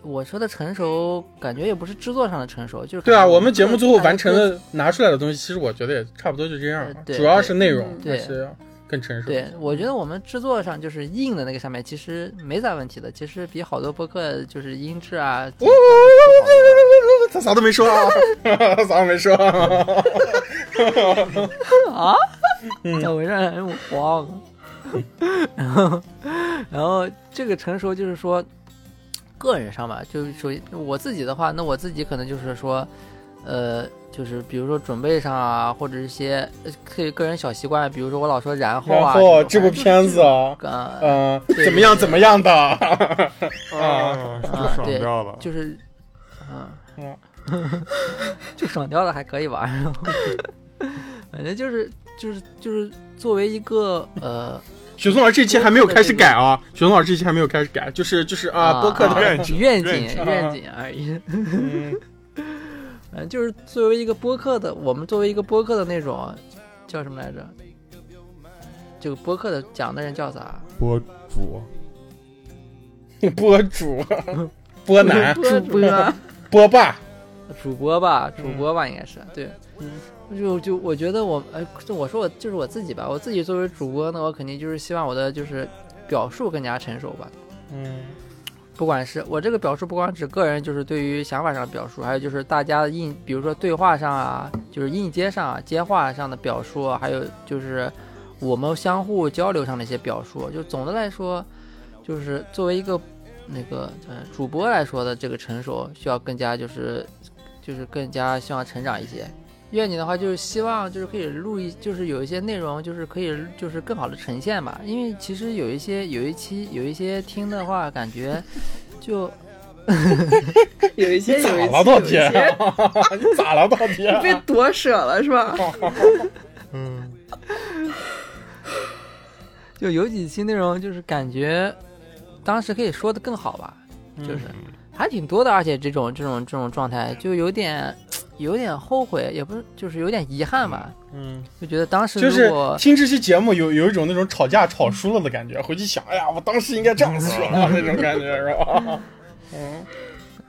我说的成熟，感觉也不是制作上的成熟，就是对啊，可能我们节目最后大家完成各的拿出来的东西，其实我觉得也差不多就这样呃了，对主要是内容嗯还对是更成熟。对，我觉得我们制作上就是硬的那个上面，其实没啥问题的。其实比好多播客就是音质啊，我我我我他啥都没说啊，他啥都没说啊。啊， *laughs* 怎么让我 *laughs* 慌？然后，然后这个成熟就是说，个人上吧，就是属于我自己的话，那我自己可能就是说，呃，就是比如说准备上啊，或者一些呃个个人小习惯，比如说我老说然后然啊，后这这种部片子啊，呃嗯，对怎么样怎么样的，啊，就爽对掉了。就是，嗯，嗯 *laughs* 就爽掉了还可以吧，然后反正就是就是就是作为一个呃雪松老师这期还没有开始改啊，雪松老师这期还没有开始改，就是就是啊，播客的的，愿景愿景愿景啊愿景而已，嗯反正嗯就是作为一个播客的，我们作为一个播客的那种叫什么来着？这个播客的讲的人叫啥？播主，播 *laughs* 主、播男、主播，播霸，主播吧，主播吧，应该是对。就就我觉得我哎，就我说我就是我自己吧，我自己作为主播呢，我肯定就是希望我的就是表述更加成熟吧。嗯不管是我这个表述，不光指个人，就是对于想法上的表述，还有就是大家的应，比如说对话上啊，就是应接上啊，接话上的表述啊，还有就是我们相互交流上的一些表述。就总的来说，就是作为一个那个呃主播来说的这个成熟，需要更加就是就是更加希望成长一些。愿景的话，就是希望就是可以录一，就是有一些内容，就是可以就是更好的呈现吧。因为其实有一些有一期有一些听的话，感觉就有一些咋有一了到些天有一些？嗯 *laughs* 你咋了到天？被夺舍了是吧？嗯就有几期内容，就是感觉当时可以说的更好吧， *laughs* 就是嗯还挺多的，而且这种这种这种状态就有点有点后悔，也不是就是有点遗憾吧，嗯，就觉得当时就是如果听这期节目有有一种那种吵架吵输了的感觉，回去想，哎呀，我当时应该这样说 *laughs* 了那种感觉是吧？嗯，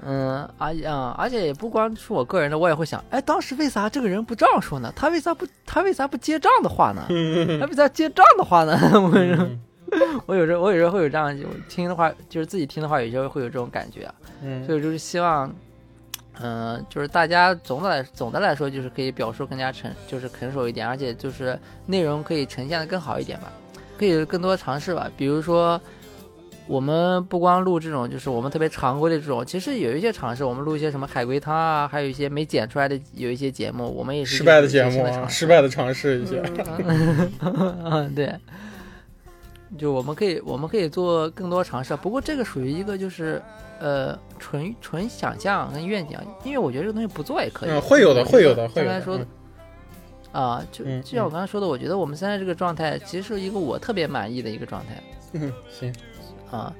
嗯，而且嗯，而且也不光是我个人的，我也会想，哎，当时为啥这个人不这样说呢？他为啥不他为啥不接账的话呢？嗯他为啥接账的话呢？ *laughs* 我有时候我有时候我有时候会有这样，我听的话就是自己听的话，有时候会有这种感觉啊。嗯所以就是希望，嗯、就是大家总的来总的来说，就是可以表述更加成，就是成熟一点，而且就是内容可以呈现的更好一点吧，可以更多尝试吧。比如说，我们不光录这种，就是我们特别常规的这种，其实有一些尝试，我们录一些什么海龟汤啊，还有一些没剪出来的有一些节目，我们也是失败的有一些节啊新目的啊，尝试 *laughs* 失败的尝试一些，嗯嗯，对，就我们可以我们可以做更多尝试啊。不过这个属于一个就是呃纯纯想象跟愿景，因为我觉得这个东西不做也可以。嗯会有的我觉得会有的会有的刚才说的啊，就嗯就像我刚才说的，我觉得我们现在这个状态其实是一个我特别满意的一个状态。嗯， *laughs* 行，啊，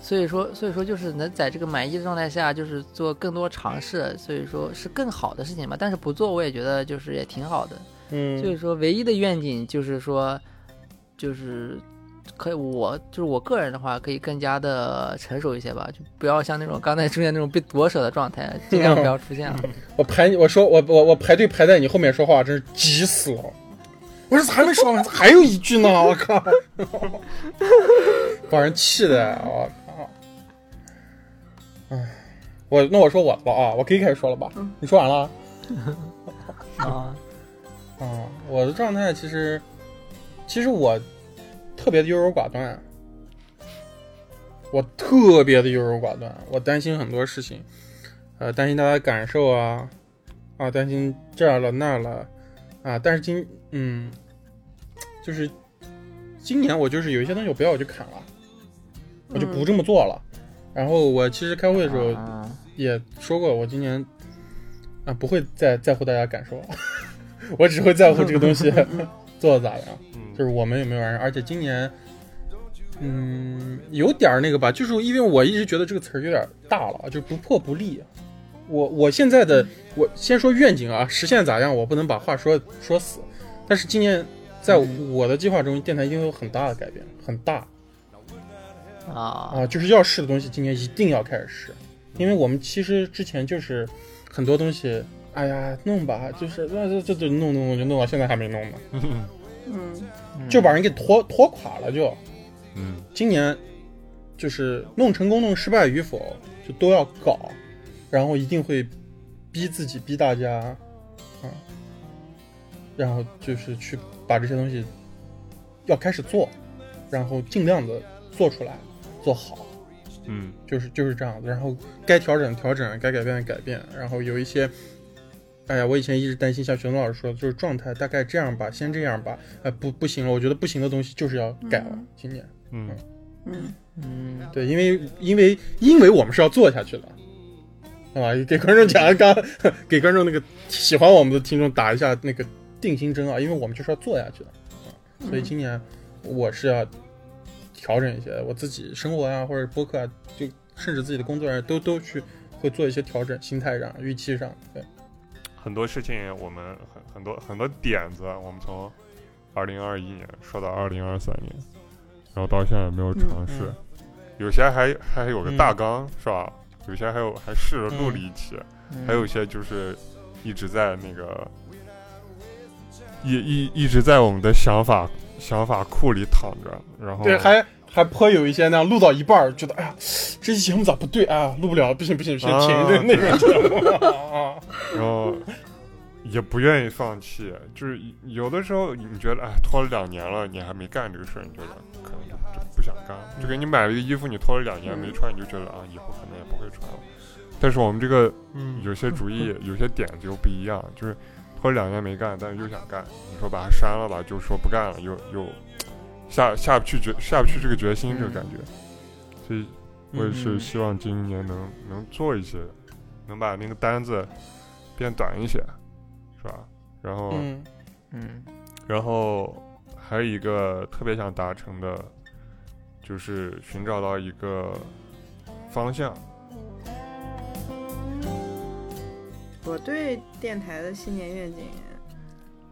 所以说，所以说就是能在这个满意的状态下，就是做更多尝试，所以说是更好的事情吧。但是不做，我也觉得就是也挺好的。嗯，所以说，唯一的愿景就是说，就是可以我就是我个人的话，可以更加的成熟一些吧，就不要像那种刚才出现那种被夺舍的状态，尽量不要出现了。我排你，我说我我我排队排在你后面说话，真是急死了。我说咋还没说完，咋还有一句呢？我靠， *laughs* 把人气的，我靠！唉，我那我说我了啊，我可以开始说了吧？你说完了啊？啊，啊，我的状态其实，其实我特别的优柔寡断，我特别的优柔寡断，我担心很多事情，呃，担心大家的感受啊，啊，担心这儿了那儿了，啊，但是今嗯，就是今年我就是有一些东西我不要我就砍了，我就嗯不这么做了。然后我其实开会的时候啊也说过，我今年啊不会再在乎大家感受了， *laughs* 我只会在乎这个东西做的咋样，嗯就是我们有没有完成。而且今年，嗯，有点儿那个吧，就是因为我一直觉得这个词儿有点大了，啊就是不破不立。我我现在的我先说愿景啊，实现咋样，我不能把话说说死。但是今年在我的计划中，电台一定会有很大的改变，很大。啊啊，就是要试的东西，今年一定要开始试，因为我们其实之前就是很多东西，哎呀，弄吧，就是那这这这弄弄弄就弄到现在还没弄呢，嗯就把人给拖拖垮了就。嗯今年就是弄成功、弄失败与否，就都要搞，然后一定会逼自己、逼大家，啊，然后就是去把这些东西要开始做，然后尽量的做出来，做好。嗯就是就是这样子。然后该调整调整，该改变改变。然后有一些，哎呀，我以前一直担心，像熊老师说，就是状态大概这样吧，先这样吧。哎，不不行了，我觉得不行的东西就是要改了。今年嗯嗯嗯对，因为因为因为我们是要做下去的。啊，给观众讲刚，给观众那个喜欢我们的听众打一下那个定心针啊，因为我们就是要做下去的。所以今年我是要调整一些我自己生活啊，或者播客啊，就甚至自己的工作啊，都都去会做一些调整，心态上、预期上，对，很多事情我们很很多很多点子，我们从二零二一年说到二零二三年，然后到现在也没有尝试，嗯有些还还有个嗯大纲、是吧？有些还有还试着录了一期，嗯还有一些就是一直在那个一一一直在我们的想法想法库里躺着，然后对，还还颇有一些那样录到一半儿，觉得哎呀，这期节目咋不对啊？录不了，不行不行不行，啊停一顿那种节目啊。然后也不愿意放弃，就是有的时候你觉得哎，拖了两年了，你还没干这个事儿，你觉得可能就不想干，就给你买了一个衣服，你拖了两年没穿，你就觉得啊，以后可能也不会穿了。但是我们这个嗯有些主意，有些点子又不一样，就是拖了两年没干，但是又想干，你说把它删了吧，就说不干了，又又下下不去决下不去这个决心，这个感觉，所以我也嗯是希望今年能能做一些，能把那个单子变短一些，是吧？然后，嗯嗯然后还有一个特别想达成的，就是寻找到一个方向。我对电台的新年愿景，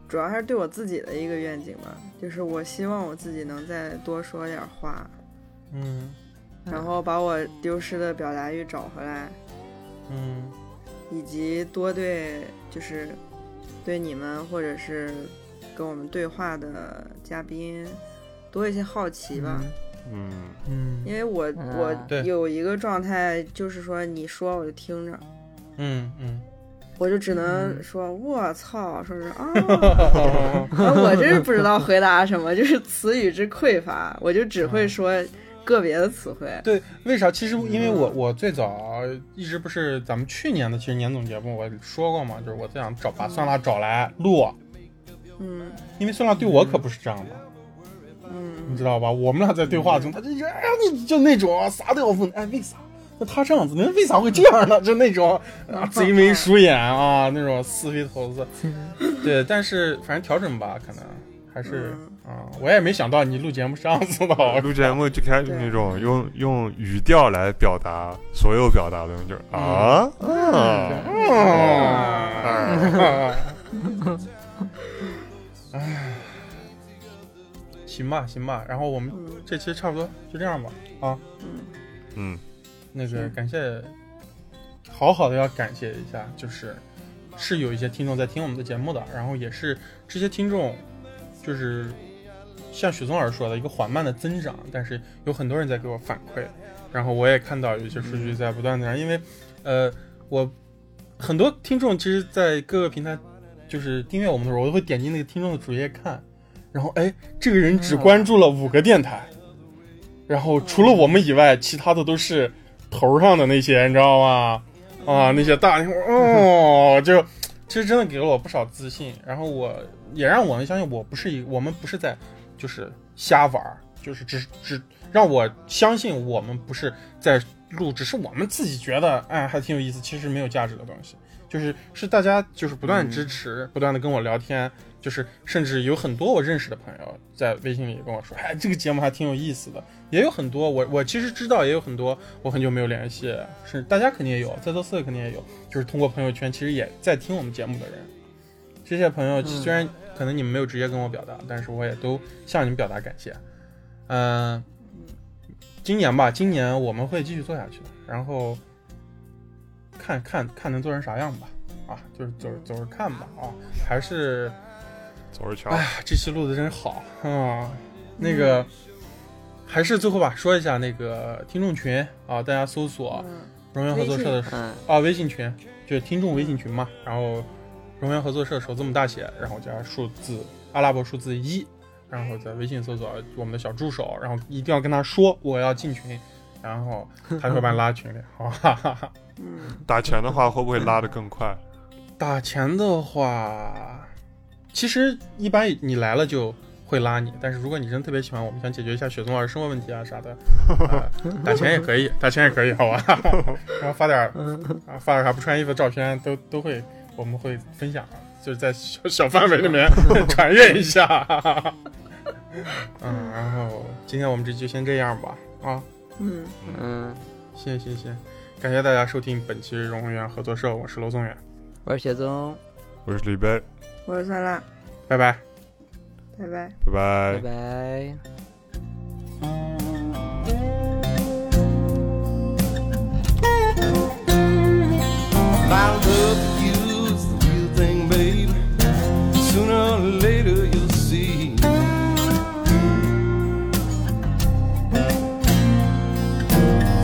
主要还是对我自己的一个愿景吧，就是我希望我自己能再多说点话，嗯然后把我丢失的表达欲找回来，嗯以及多对就是对你们或者是跟我们对话的嘉宾多一些好奇吧。嗯嗯因为我我嗯对有一个状态，就是说你说我就听着，嗯嗯，我就只能嗯说我操，说是啊，啊我真是不知道回答什么，就是词语之匮乏，我就只会说个别的词汇。对，为啥？其实因为我我最早一直不是咱们去年的，其实年总节目我说过嘛，就是我最想找把酸辣找来录，嗯因为酸辣对我可不是这样的，嗯，你知道吧？我们俩在对话中，他就一直哎呀，你就那种啊啥都要问，哎，为啥？那他这样子，那为啥会这样呢？就那种啊，贼眉鼠眼啊，那种是非头子。对，但是反正调整吧，可能还是啊，我也没想到你录节目是这样子的。我录节目就开始那种用用语调来表达所有表达的东西，就是啊啊嗯 *laughs* 啊！行吧，行吧，然后我们嗯这期差不多就这样吧。啊，嗯，那个行感谢，好好的要感谢一下，就是是有一些听众在听我们的节目的，然后也是这些听众，就是像许宗老师说的一个缓慢的增长，但是有很多人在给我反馈，然后我也看到有一些数据在不断的，因为呃，我很多听众其实，在各个平台就是订阅我们的时候，我都会点进那个听众的主页看，然后哎，这个人只关注了五个电台，然后除了我们以外，其他的都是头上的那些，你知道吗？啊，那些大， *laughs* 哦，就其实真的给了我不少自信，然后我也让我们相信，我不是一，我们不是在就是瞎玩儿，就是只只让我相信我们不是在录，只是我们自己觉得哎还挺有意思，其实没有价值的东西，就是是大家就是不断支持，不断的跟我聊天，就是甚至有很多我认识的朋友在微信里跟我说，哎这个节目还挺有意思的，也有很多我我其实知道也有很多我很久没有联系，是大家肯定也有，在座四位肯定也有，就是通过朋友圈其实也在听我们节目的人，这些朋友嗯虽然可能你们没有直接跟我表达，但是我也都向你们表达感谢。嗯、今年吧，今年我们会继续做下去的，然后看看看能做成啥样吧，啊，就是走走着看吧，啊，还是走着瞧，哎呀，这期录的真好啊！那个、还是最后吧，说一下那个听众群啊，大家搜索嗯“荣源合作社”的嗯，啊微信群，就是听众微信群嘛，然后“荣源合作社”首字母大写，然后加数字阿拉伯数字一，然后在微信搜索我们的小助手，然后一定要跟他说我要进群，然后他就会把你拉群里，好哈哈哈。打钱的话会不会拉得更快？打钱的话，其实一般你来了就会拉你，但是如果你真的特别喜欢我们，想解决一下雪松老师生活问题啊啥的，呃打钱也可以，打钱也可以，好吧？ *laughs* 然后发点儿啊发点儿啥不穿衣服的照片都都会，我们会分享，就是在小小范围里面传阅一下。 *laughs* 嗯，然后今天我们这就先这样吧啊，嗯，嗯，谢谢谢谢，感谢大家收听本期荣源合作社，我是娄宗远，我是雪宗，我是李贝，我是酸辣，拜拜。拜拜。拜拜拜拜。 My love for you is the real thing, baby. Sooner or later you'll see.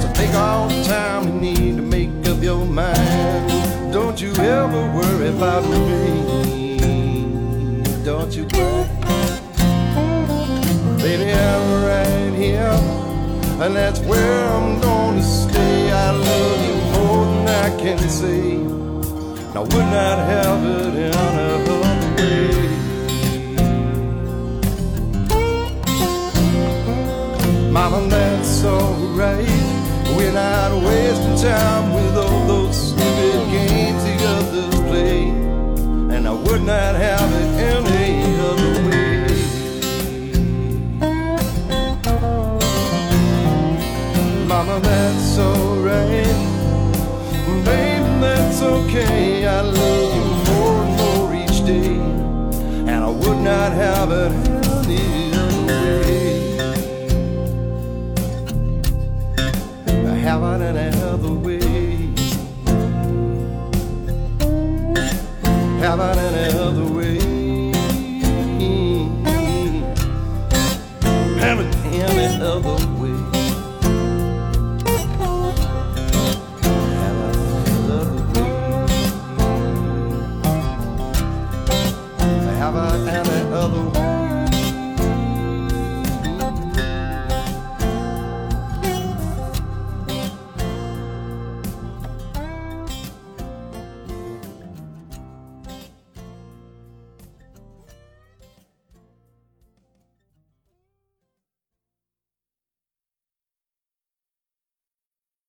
So take all the time you need to make up your mind. Don't you ever worry about me. Don't you worry. Baby, I'm right here. And that's where I'm gonna stay. I love you more than I can say. And I would not have it in another way. Mama, that's alright. We're not wasting time with all those stupid games the others play. And I would not have it any other way. Mama, that's alright. Babe, that's okay. I love you more and more each day. And I would not have it any other way. I have it any other way. Have it any other way. Have it any other way. Have I any other way?